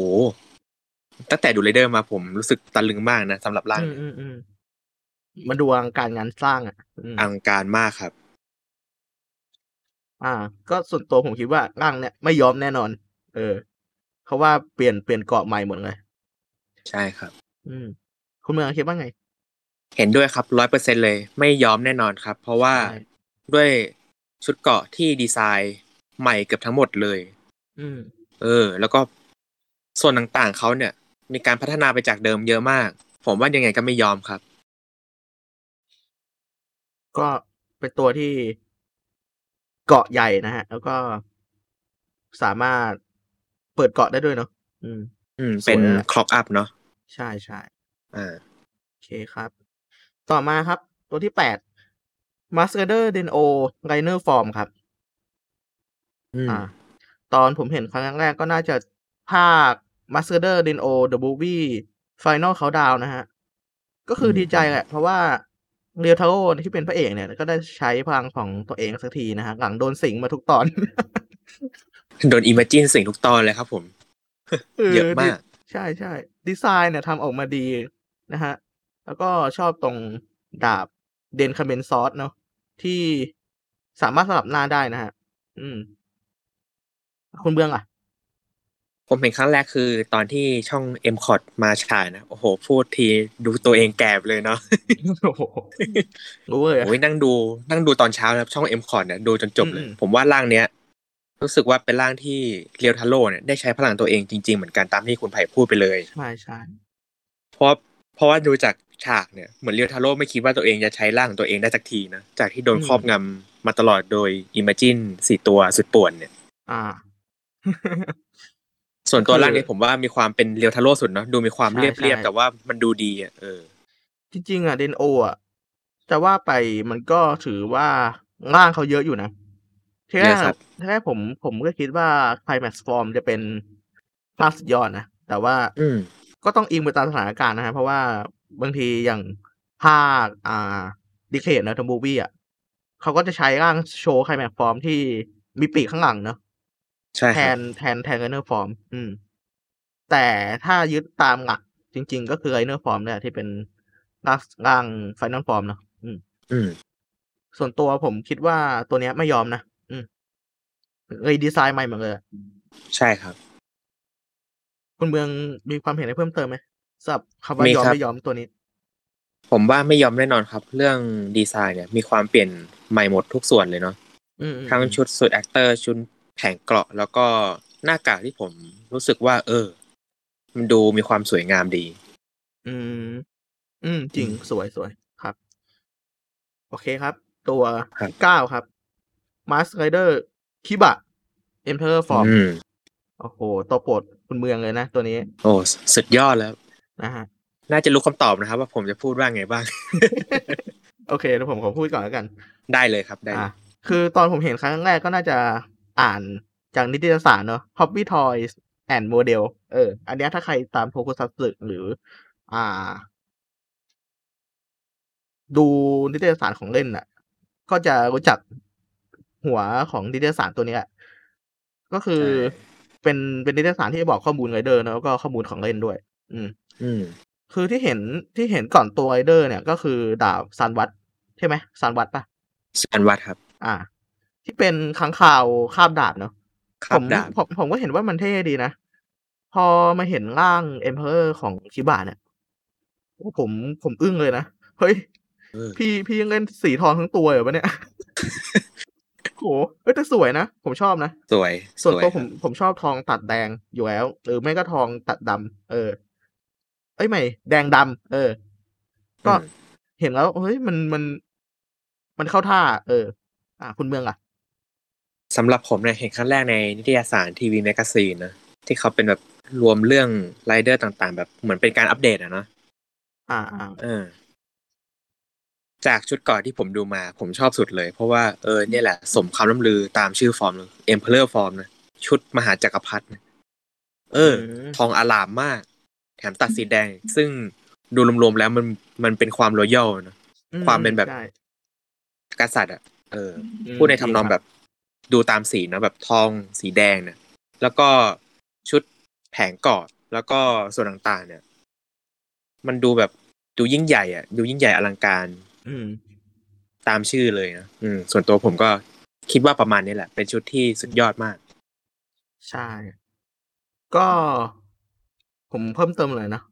[SPEAKER 2] ตั้งแต่ดูเรเดอร์มาผมรู้สึกตะลึงมากนะสำหรับร่าง
[SPEAKER 1] อืม
[SPEAKER 2] เนี่ย
[SPEAKER 1] อืมอืมมันดูอลังการงานสร้างอ่ะอืม
[SPEAKER 2] อลังการมากครับ
[SPEAKER 1] อ่า ก็ส่วนตัวผมคิดว่าร่างเนี่ยไม่ยอมแน่นอน เออ เพราะว่าเปลี่ยนเปลี่ยนเกาะใหม่หมดเลย
[SPEAKER 2] ใช่ครับ
[SPEAKER 1] อืม คุณเมืองคิดว่าไง
[SPEAKER 2] เห็นด้วยครับร้อยเปอร์เซ็นเลย ไม่ยอมแน่นอนครับ เพราะว่า
[SPEAKER 1] ใช่
[SPEAKER 2] ด้วยชุดเกาะที่ดีไซน์ใหม่เกือบทั้งหมดเลย
[SPEAKER 1] อืม
[SPEAKER 2] เออ แล้วก็ส่วนต่างๆเขาเนี่ย มีการพัฒนาไปจากเดิมเยอะมาก ผมว่ายังไงก็ไม่ยอมครับ
[SPEAKER 1] ก็เป็นตัวที่เกาะใหญ่นะฮะ แล้วก็สามารถเปิดเกาะได้ด้วยเนาะอืม
[SPEAKER 2] อืม
[SPEAKER 1] สวย
[SPEAKER 2] เป็น
[SPEAKER 1] เลยอะ
[SPEAKER 2] คล็อกอัพเนาะ
[SPEAKER 1] ใช่ใช่
[SPEAKER 2] อ่า
[SPEAKER 1] โอเคครับ ต่อมาครับ ตัวที่แปดมาสเดอร์เดนโอไรเนอร์ฟอร์มครับ
[SPEAKER 2] อืม
[SPEAKER 1] อ่าตอนผมเห็นครั้งแรกก็น่าจะภาค m a s t e r d i n o The Movie Final Countdown นะฮะ ก็คืออ
[SPEAKER 2] ม
[SPEAKER 1] ดีใจแหละ เพราะว่าเรียวทาโร่ที่เป็นพระเอกเนี่ย ก็ได้ใช้พลังของตัวเองสักทีนะฮะ หลังโดนสิงมาทุกตอน [laughs]
[SPEAKER 2] โดนอิมเมจินสิ่งทุกตอนเลยครับผม เยอะมาก
[SPEAKER 1] ใช่ใช่ดีไซน์เนี่ยทำออกมาดีนะฮะ แล้วก็ชอบตรงดาบเดนคาเมนซอสเนาะที่สามารถสลับหน้าได้นะฮะ อืม คุณเบืองอ่ะ
[SPEAKER 2] ผมเห็นครั้งแรกคือตอนที่ช่องเอ็มคอดมาฉายนะ โอ้โห พูดทีดูตัวเองแก่ไปเลย
[SPEAKER 1] [laughs]
[SPEAKER 2] เนาะ
[SPEAKER 1] โอ้โหรู้เลยอะ
[SPEAKER 2] โอ้ยนั่งดูนั่งดูตอนเช้านะครับช่องเอ็มคอร์เนี่ยดูจนจบเลย
[SPEAKER 1] อืม
[SPEAKER 2] ผมว่าร่างเนี้ย รู้สึกว่าเป็นร่างที่เรียวทาโร่เนี่ยได้ใช้พลังตัวเองจริง ๆ เหมือนกันตามที่คุณไผ่พูดไปเลย
[SPEAKER 1] ใช่ใช่
[SPEAKER 2] เพราะเพราะว่าดูจากฉากเนี่ยเหมือนเรียวทาโร่ไม่คิดว่าตัวเองจะใช้ร่างของตัวเองได้สักทีนะจากที่โดน
[SPEAKER 1] อืม
[SPEAKER 2] ครอบงำมาตลอดโดยอิมเมจินสี่ตัวสุดป่วนเนี่ย
[SPEAKER 1] อ่า [laughs]
[SPEAKER 2] ส่วนตัว
[SPEAKER 1] คือ
[SPEAKER 2] ร่างเนี้ผมว่ามีความเป็นเรียวทาโร่สุดเนาะดูมีความ
[SPEAKER 1] ใช่
[SPEAKER 2] เรียบเรียบ
[SPEAKER 1] ใช่
[SPEAKER 2] แต่ว่ามันดูดีอ่ะเออ
[SPEAKER 1] จริงๆอ่ะเดนโออ่ะจะว่าไปมันก็ถือว่าร่างเขาเยอะอยู่นะทีแร
[SPEAKER 2] เย
[SPEAKER 1] ก
[SPEAKER 2] อะครั
[SPEAKER 1] อ่ะ
[SPEAKER 2] บ
[SPEAKER 1] แรกผมผมก็คิดว่า Climax Form จะเป็นภาคสุดยอดนะ แต่ว่า
[SPEAKER 2] อืม
[SPEAKER 1] ก็ต้องอิงไปตามสถานการณ์นะฮะ เพราะว่าบางทีอย่างภาคอ่าดิเคทนะทัมบูบี้อ่ะเขาก็จะใช้ร่างโชว์ Climax Form ที่มีปีกข้างหลังเนาะ
[SPEAKER 2] ใช่
[SPEAKER 1] แท
[SPEAKER 2] ครับ
[SPEAKER 1] นแทนแทนไอเนอร์ฟอร์ม อืม แต่ถ้ายึดตามหลักจริง ๆ ก็คือไอเนอร์ฟอร์มเนี่ยที่เป็นร่างร่างไฟนอลฟอร์มเนาะอืม
[SPEAKER 2] อืม
[SPEAKER 1] ส่วนตัวผมคิดว่าตัวเนี้ยไม่ยอมนะ อืมเลยดีไซน์ใหม่หมดเลยอะ
[SPEAKER 2] ใช่ครับ
[SPEAKER 1] คุณเมืองมีความเห็นอะไรเพิ่มเติมไหมสำหรับคำว่า
[SPEAKER 2] มี
[SPEAKER 1] ยอม
[SPEAKER 2] ครับ
[SPEAKER 1] ไม่ยอมตัวนี้
[SPEAKER 2] ผมว่าไม่ยอมแน่นอนครับ เรื่องดีไซน์เนี่ย มีความเปลี่ยนใหม่หมดทุกส่วนเลยเนาะ
[SPEAKER 1] อืมอืม
[SPEAKER 2] ทั้งชุดสูทแอคเตอร์ชุดแผงเกราะ แล้วก็หน้ากากที่ผมรู้สึกว่า เออ มันดูมีความสวยงามดี
[SPEAKER 1] อืม อืม จริงสวยสวยครับ โอเคครับ ตัว
[SPEAKER 2] ครับ
[SPEAKER 1] เก้าครับมาสไรเดอร์คิบะเอ็มเพอร์ฟอร์ม
[SPEAKER 2] อืม
[SPEAKER 1] โอ้โห ตัวโปรดคุณเมืองเลยนะตัวนี้
[SPEAKER 2] โอ้สุดยอดแล้ว
[SPEAKER 1] นะฮะ
[SPEAKER 2] น่าจะรู้คำตอบนะครับ ว่าผมจะพูดว่าไงบ้าง [laughs]
[SPEAKER 1] โอเคเดี๋ยวผมขอพูดก่อนแล้วกัน
[SPEAKER 2] ได้เลยครับได้เล
[SPEAKER 1] อ่ะ
[SPEAKER 2] ย
[SPEAKER 1] คือตอนผมเห็นครั้งแรกก็น่าจะอ่านจากนิตยสารเนอะ Hobby Toys and Model เออ อันเนี้ยถ้าใครตามโทคุซัตสึหรือ อ่า ดูนิตยสารของเล่นน่ะ ก็จะรู้จักหัวของนิตยสารตัวเนี้ยก็คือเป็นเป็นนิตยสารที่บอกข้อมูลไรเดอร์นะแล้วก็ข้อมูลของเล่นด้วย อืม
[SPEAKER 2] อืม
[SPEAKER 1] คือที่เห็นที่เห็นก่อนตัวไรเดอร์เนี่ยก็คือดาบซันวัตใช่ไหมซันวัตป่ะ
[SPEAKER 2] สันวัดครับ
[SPEAKER 1] อ่า ที่เป็นค้างคาวคาบดาบเนาะ
[SPEAKER 2] ครั
[SPEAKER 1] ผ
[SPEAKER 2] บ
[SPEAKER 1] ม
[SPEAKER 2] ดาบ
[SPEAKER 1] ผมผมก็เห็นว่ามันเท่ดีนะ พอมาเห็นร่างเอ็มเพอร์ของคิบะเนี่ยโอ้ผมผมอึ้งเลยนะ เฮ้ย
[SPEAKER 2] เออ
[SPEAKER 1] พี่พี่ยังเล่นสีทองทั้งตัวเหรอวะเนี่ย [laughs] โหเอ้ยแต่สวยนะ ผมชอบนะ
[SPEAKER 2] สวย
[SPEAKER 1] ส่วนตัว
[SPEAKER 2] ย
[SPEAKER 1] ผมผมชอบทองตัดแดงอยู่แล้วหรือไม่ก็ทองตัดดำเออ เอ้ยไม่ แดงดำเออ
[SPEAKER 2] ค
[SPEAKER 1] ก็
[SPEAKER 2] รับ
[SPEAKER 1] เห็นแล้วเฮ้ยมันมัน มันเข้าท่า เออ อ่ะคุณเมืองล่ะ
[SPEAKER 2] สำหรับผมเนี่ยเห็นครั้งแรกในนิตยสารทีวีแมกซีนนะที่เขาเป็นแบบรวมเรื่องไรเดอร์ต่างๆ แบบเหมือนเป็นการอัปเดตอะเนาะ
[SPEAKER 1] อ่าอ่า
[SPEAKER 2] เออ จากชุดก่อนที่ผมดูมา ผมชอบสุดเลย เพราะว่าเออเนี่ยแหละ สมคำล่ำลือตามชื่อฟอร์มเลยเอ็มเพลอร์ฟอร์มนะชุดมหาจักรพรรดินะเออ ทองอลามมาก แถมตัดสีแดง ซึ่งดูรวมๆแล้วมันมันเป็นความรอยัลนะ
[SPEAKER 1] อื
[SPEAKER 2] ความเป็นแบบ
[SPEAKER 1] ใช่
[SPEAKER 2] กษัตริย์อ่ะเออ
[SPEAKER 1] อืม
[SPEAKER 2] พูดในทำนอ
[SPEAKER 1] จ
[SPEAKER 2] ง
[SPEAKER 1] ริค
[SPEAKER 2] แบ
[SPEAKER 1] รั
[SPEAKER 2] บดูตามสีเนอะแบบทองสีแดงเนี่ยแล้วก็ชุดแผงกอดแล้วก็ส่วนต่างๆ เนี่ย มันดูแบบดูยิ่งใหญ่อ่ะดูยิ่งใหญ่อลังการ
[SPEAKER 1] อืม
[SPEAKER 2] ตามชื่อเลยนะอืม ส่วนตัวผมก็คิดว่าประมาณนี้แหละ เป็นชุดที่สุดยอดมาก
[SPEAKER 1] ใช่ ก็ผมเพิ่มเติมเลยนะ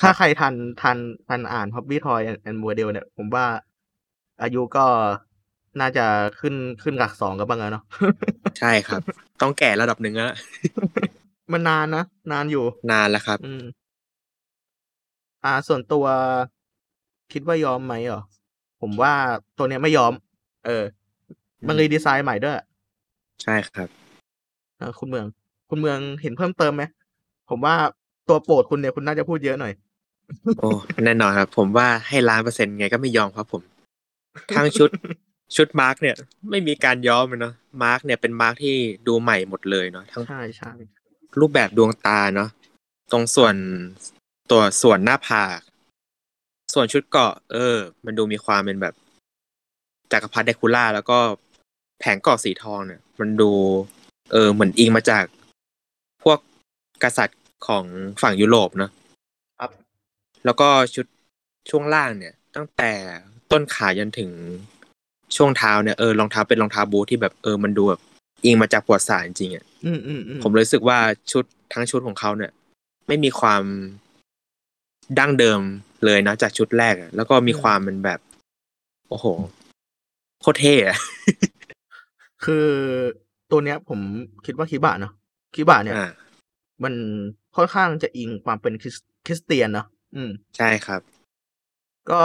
[SPEAKER 1] ถ้าใครทันทันทันอ่าน Hobby Toy and Model เนี่ย ผมว่าอายุก็น่าจะขึ้นขึ้นหลักสองกันบ้างแล้วเนาะ [laughs]
[SPEAKER 2] ใช่ครับ [laughs] ต้องแก่ระดับหนึ่งแล้วล่ะ
[SPEAKER 1] มันนานนะ นานอยู่
[SPEAKER 2] นานแล้วครับ
[SPEAKER 1] อืม อ่า ส่วนตัวคิดว่ายอมไหมเหรอ ผมว่าตัวเนี้ยไม่ยอม เออ มันรีดีไซน์ใหม่ด้วย
[SPEAKER 2] ใช่ครับ
[SPEAKER 1] เออคุณเมือง คุณเมืองเห็นเพิ่มเติมไหม ผมว่าตัวโปรดคุณเนี่ยคุณน่าจะพูดเยอะหน่อย
[SPEAKER 2] โอ้แน่นอนครับ ผมว่าให้ล้านเปอร์เซ็นต์ไงก็ไม่ยอมครับผมทั้งชุด ชุดมาร์กเนี่ย ไม่มีการย้อมเลยเนาะมาร์กเนี่ยเป็นมาร์กที่ดูใหม่หมดเลยเนาะทั้ง
[SPEAKER 1] ใช่ใช่
[SPEAKER 2] รูปแบบดวงตาเนาะตรงส่วนตัวส่วนหน้าผากส่วนชุดเกราะ เออ มันดูมีความเป็นแบบจักรพรรดิเดคูล่า แล้วก็แผงเกราะสีทองเนี่ย มันดู เออเหมือนอิงมาจากพวกกษัตริย์ของฝั่งยุโรปเนาะ
[SPEAKER 1] ครับ
[SPEAKER 2] แล้วก็ชุดช่วงล่างเนี่ย ตั้งแต่ต้นขายันถึงช่วงเท้าเนี่ยเออรองเท้าเป็นรองเท้าบูทที่แบบเออมันดูแบบอิงมาจากประวัติศาสตร์จริงๆอ่ะ
[SPEAKER 1] อืมอืมอืม
[SPEAKER 2] ผมเลยรู้สึกว่าชุดทั้งชุดของเขาเนี่ย ไม่มีความดั้งเดิมเลยนะจากชุดแรกอะแล้วก็มีความมันแบบ โอ้โหโคตรเท่อะ
[SPEAKER 1] คือตัวเนี้ย ผมคิดว่าคิบะเนาะคิบะเนี่ย
[SPEAKER 2] อ่า
[SPEAKER 1] มันค่อนข้างจะอิงความเป็นคริสคริสเตียนเนาะอืม
[SPEAKER 2] ใช่ครับ
[SPEAKER 1] ก็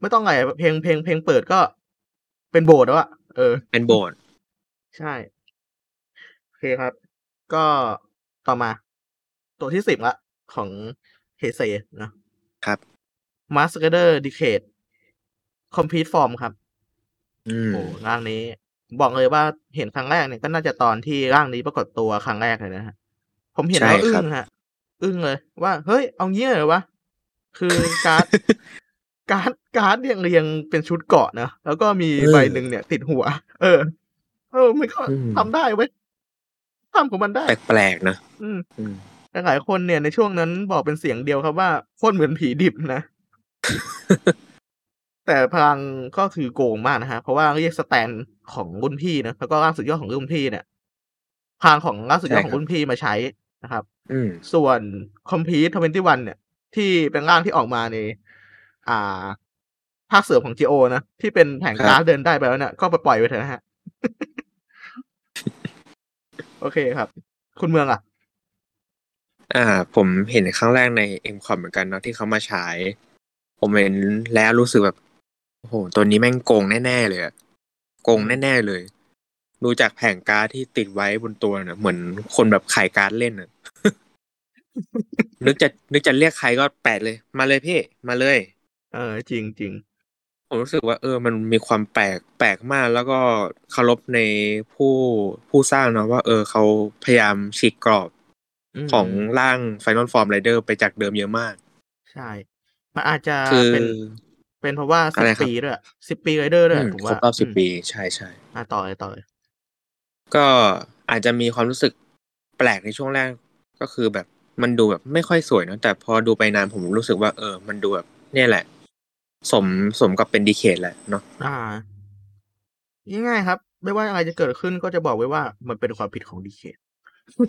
[SPEAKER 1] ไม่ต้องอะไรเพลงเพลงเพลงเปิดก็เป็นโบสถ์แล้วอะเออ
[SPEAKER 2] เป็นโบสถ์
[SPEAKER 1] ใช่ โอเคครับ ก็ต่อมา ตัวที่สิบละของเคเซนะ
[SPEAKER 2] ครับ
[SPEAKER 1] มาสเกเดอร์ดิเค e คอมพีทฟอร์มครับ
[SPEAKER 2] อืม
[SPEAKER 1] โอ้ร่างนี้ บอกเลยว่าเห็นครั้งแรกเนี่ยก็น่าจะตอนที่ร่างนี้ปรากฏตัวครั้งแรกเลยนะฮะ ผมเห็นแล้วอึ้
[SPEAKER 2] ใช่ครับ
[SPEAKER 1] งฮะ อึ้งเลย ว่าเฮ้ยเอางี้เลยเหรอวะ คือการ์ด [laughs] การ์ดการ์ดเรียงเรียงเป็นชุดเกาะนะแล้วก็มีใบหนึ่งเนี่ย ติดหัว เออ เออมันก็
[SPEAKER 2] อืม
[SPEAKER 1] ทำได้เว้ยทำของมันได้
[SPEAKER 2] แปลกๆนะ
[SPEAKER 1] อืม
[SPEAKER 2] อืม
[SPEAKER 1] แต่หลายคนเนี่ยในช่วงนั้นบอกเป็นเสียงเดียวครับว่าโคตรเหมือนผีดิบนะ [laughs] แต่พลังก็คือโกงมากนะฮะ เพราะว่าเรียกสแตนของรุ่นพี่นะแล้วก็ร่างสุดยอดของรุ่นพี่เนี่ยพลังของร่างสุดยอด
[SPEAKER 2] ใช่
[SPEAKER 1] ข
[SPEAKER 2] ค
[SPEAKER 1] อบ
[SPEAKER 2] รั
[SPEAKER 1] งรุ่นพี่มาใช้นะครับ
[SPEAKER 2] อืม
[SPEAKER 1] ส่วนคอมพีททเวนตี้วันเนี่ย ที่เป็นร่างที่ออกมาในอ่า ภาคเสริมของจีโอนะที่เป็นแผง
[SPEAKER 2] ครับ
[SPEAKER 1] การ์ดเดินได้ไปแล้วเนี่ยก็ไปปล่อยไปเถอะ
[SPEAKER 2] [laughs]
[SPEAKER 1] นะฮะ โอเคครับ คุณเมืองอ่ะ
[SPEAKER 2] อ่า ผมเห็นครั้งแรกในเอ็มคอมเหมือนกันเนาะที่เขามาฉาย ผมเห็นแล้วรู้สึกแบบโอ้โหตัวนี้แม่งโกงแน่ ๆ เลยอะโกงแน่ ๆ เลย ดูจากแผงการ์ดที่ติดไว้บนตัวเนี่ยเหมือนคนแบบขายการ์ดเล่นอะ [laughs] นึกจะนึกจะเรียกใครก็แปดเลย มาเลยพี่ มาเลย
[SPEAKER 1] เออจริงจริง
[SPEAKER 2] ผมรู้สึกว่า เออ มันมีความแปลกแปลกมาก แล้วก็เคารพในผู้ผู้สร้างเนาะว่า เออเขาพยายามฉีกกรอบ
[SPEAKER 1] อืม
[SPEAKER 2] ของร่าง Final Form Rider ไปจากเดิมเยอะมาก
[SPEAKER 1] ใช่ มันอาจจะ
[SPEAKER 2] คือ
[SPEAKER 1] เป็น เป็นเพราะว่าสิ
[SPEAKER 2] อะไร
[SPEAKER 1] บ
[SPEAKER 2] ครับ
[SPEAKER 1] ปีด้วยสิบปีไรเดอร์ด้วย
[SPEAKER 2] อืม
[SPEAKER 1] ผม
[SPEAKER 2] คร
[SPEAKER 1] ว่า
[SPEAKER 2] บรอบสิบ
[SPEAKER 1] อืม
[SPEAKER 2] ปี ใช่ใช่
[SPEAKER 1] อ่ะต่อเลยต่อเลย
[SPEAKER 2] ก็อาจจะมีความรู้สึกแปลกในช่วงแรกก็คือแบบมันดูแบบไม่ค่อยสวยเนาะแต่พอดูไปนานผมรู้สึกว่า เออ มันดูแบบเนี่ยแหละ สมสมกับเป็นดีเคทแหละเนาะ
[SPEAKER 1] อ่าง่ายๆครับ ไม่ว่าอะไรจะเกิดขึ้นก็จะบอกไว้ว่ามันเป็นความผิดของดีเค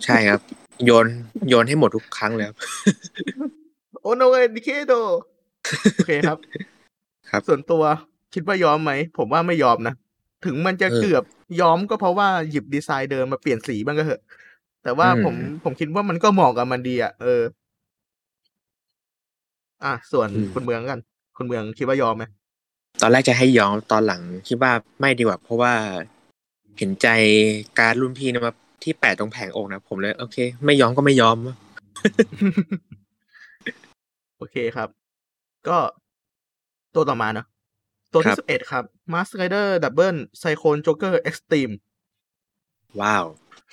[SPEAKER 2] ใช่ครับ โยนโยนให้หมดทุกครั้งเลยครับ
[SPEAKER 1] โอโนเอดีเคโดโอเคครับ
[SPEAKER 2] [laughs] ครับ
[SPEAKER 1] ส่วนตัวคิดว่ายอมไหม ผมว่าไม่ยอมนะ ถึงมันจะ
[SPEAKER 2] เออ
[SPEAKER 1] เกือบยอมก็เพราะว่าหยิบดีไซน์เดิมมาเปลี่ยนสีบ้างก็เหอะ แต่ว่า
[SPEAKER 2] อืม
[SPEAKER 1] ผมผมคิดว่ามันก็เหมาะกับมันดีอ่ะเออ อ่ะส่วนคุณเมืองกัน คุณเมืองคิดว่ายอมไหม [laughs]
[SPEAKER 2] ตอนแรกจะให้ยอมตอนหลังคิดว่าไม่ดีกว่า เพราะว่าเห็นใจการดรุ่นพี่นะมาที่แปะตรงแผงอกนะผมเลย โอเค ไม่ยอมก็ไม่ยอม
[SPEAKER 1] โอเคครับ ก็ตัวต่อมาเนอะตัว
[SPEAKER 2] ครั
[SPEAKER 1] ที่
[SPEAKER 2] บ
[SPEAKER 1] สิบเอ็ดครับ Mask Rider Double Cyclone Joker Extreme
[SPEAKER 2] ว้าว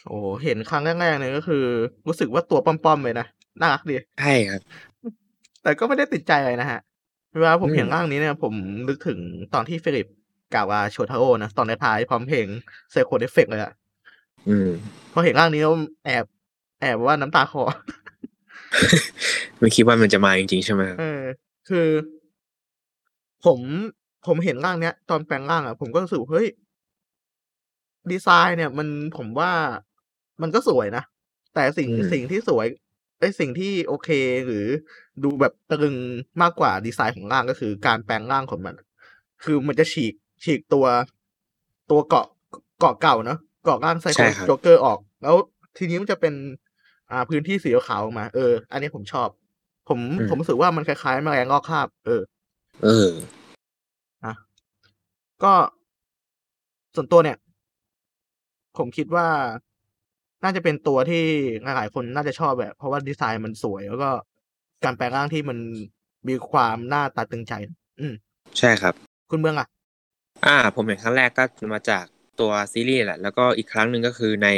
[SPEAKER 1] โอ้โหเห็นครั้งแรกๆเนี่ยก็คือ รู้สึกว่าตัวป้อมๆเลยนะ น่ารักดี
[SPEAKER 2] ใช่ครับ
[SPEAKER 1] แต่ก็ไม่ได้ติดใจอะไรนะฮะ เวลาผม
[SPEAKER 2] อืม
[SPEAKER 1] เห็นร่างนี้เนี่ย ผมนึกถึงตอนที่ฟิลิปกล่าวว่าโชทาโอนะ ตอนท้ายๆพร้อมเพลงไซโคเดฟเฟกเลยอะ
[SPEAKER 2] อืม
[SPEAKER 1] พอเห็นร่างนี้ก็แอบ แอบว่าน้ำตาคลอ [laughs]
[SPEAKER 2] ไม่คิดว่ามันจะมาจริงๆใช่ไหมครับ
[SPEAKER 1] เออคือผมผมเห็นร่างเนี้ย ตอนแปลงร่างอ่ะ ผมก็รู้สึกเฮ้ยดีไซน์เนี่ย มันผมว่ามันก็สวยนะ แต่สิ่งสิ่งที่สวยไอยสิ่งที่โอเคหรือดูแบบตะลึงมากกว่าดีไซน์ของร่างก็คือการแปลงร่างของมัน คือมันจะฉีกฉีกตัวตัวเกาะเกาะเก่าเนาะเกาะร่างไซโค
[SPEAKER 2] ใช่ครับ
[SPEAKER 1] โจ๊กเกอร์ออก แล้วทีนี้มันจะเป็น อ่า พื้นที่สีขาวออกมาเอออันนี้ผมชอบ ผม
[SPEAKER 2] อืม
[SPEAKER 1] ผมรู้สึกว่ามันคล้ายๆแมลงงอกคราบ เออ
[SPEAKER 2] เออ
[SPEAKER 1] ก็ส่วนตัวเนี่ย ผมคิดว่าน่าจะเป็นตัวที่หลายๆคนน่าจะชอบแบบ เพราะว่าดีไซน์มันสวย แล้วก็การแปลงร่างที่มันมีความน่าตาตึงใจ
[SPEAKER 2] ใช่ครับ
[SPEAKER 1] คุณเมืองอ่ะ
[SPEAKER 2] อ่า ผมเห็นครั้งแรกก็มาจากตัวซีรีส์แหละ แล้วก็อีกครั้งหนึ่งก็คือใน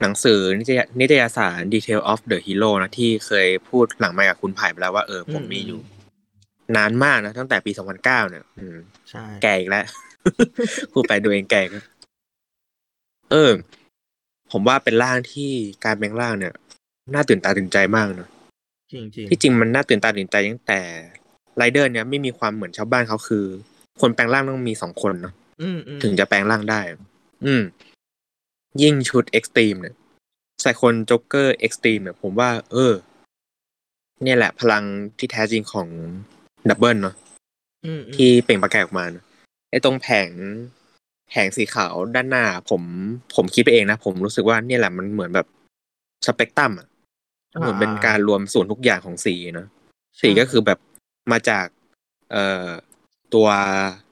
[SPEAKER 2] หนังสือนิตยนิตยสาร Detail of the Hero นะ ที่เคยพูดหลังไมค์กับคุณไผ่ไปแล้วว่าเออผมมีอยู่ นานมากนะ ตั้งแต่ปี 2009 เนี่ยอืม
[SPEAKER 1] ใช่
[SPEAKER 2] แก่อีกแล้ว [laughs] พูดไปดูเองแก่อีกแล้วเออ ผมว่าเป็นร่างที่การแปลงร่างเนี่ย น่าตื่นตาตื่นใจมากเนอะ
[SPEAKER 1] จริงจริง
[SPEAKER 2] ที่จริงมันน่าตื่นตาตื่นใจตั้งแต่ไรเดอร์ เนี่ยไม่มีความเหมือนชาวบ้านเขาคือ คนแปลงร่างต้องมีสองคนเนอะ
[SPEAKER 1] ๆอืมอืม
[SPEAKER 2] ถึงจะแปลงร่างได้ อืม ยิ่งชุดเอ็กซ์ตรีมเนี่ยใส่คนจ็อกเกอร์เอ็กซ์ตรีมเนี่ยผมว่า เออ เนี่ยแหละ พลังที่แท้จริงของดับเบิลเนอะ
[SPEAKER 1] อืมๆ
[SPEAKER 2] ที่เปล่งประกายออกมานะไอ้ตรงแผงแผงสีขาวด้านหน้า ผมผมคิดไปเองนะผมรู้สึกว่าเนี่ยแหละมันเหมือนแบบสเปกตรัมอ่ะเหมือนเป็นการรวมส่วนทุกอย่างของสีเนอะสีก็คือแบบมาจากเอ่อตัว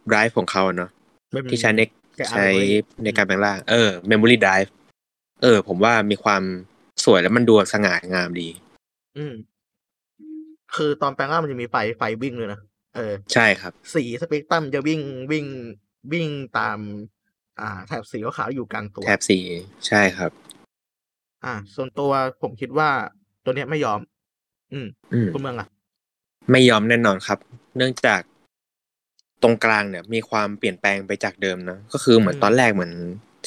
[SPEAKER 2] ไ i v e ของเขาอะเนาะ
[SPEAKER 1] เป็น
[SPEAKER 2] ที่ใช้ใน
[SPEAKER 1] แกะ
[SPEAKER 2] ใช้
[SPEAKER 1] Ivory
[SPEAKER 2] ในการแปลงร่างเออ memory drive เออ ผมว่ามีความสวยแล้วมันดูสง่างามดี
[SPEAKER 1] อืม คือตอนแปลงร่างมันจะมีไฟไฟวิ่งเลยนะเออ
[SPEAKER 2] ใช่ครับ
[SPEAKER 1] สีสเปกตรัมจะวิ่งวิ่งวิ่งตาม อ่า แถบสีขาวๆอยู่กลางตัว
[SPEAKER 2] แถบสีใช่ครับ
[SPEAKER 1] อ่า ส่วนตัวผมคิดว่าตัวเนี้ยไม่ยอม อืม
[SPEAKER 2] อืม
[SPEAKER 1] คุณเมืองอ่ะ
[SPEAKER 2] ไม่ยอมแน่นอนครับ เนื่องจากตรงกลางเนี่ย มีความเปลี่ยนแปลงไปจากเดิมนะก็คือเหมือน
[SPEAKER 1] อืม
[SPEAKER 2] ตอนแรกเหมือน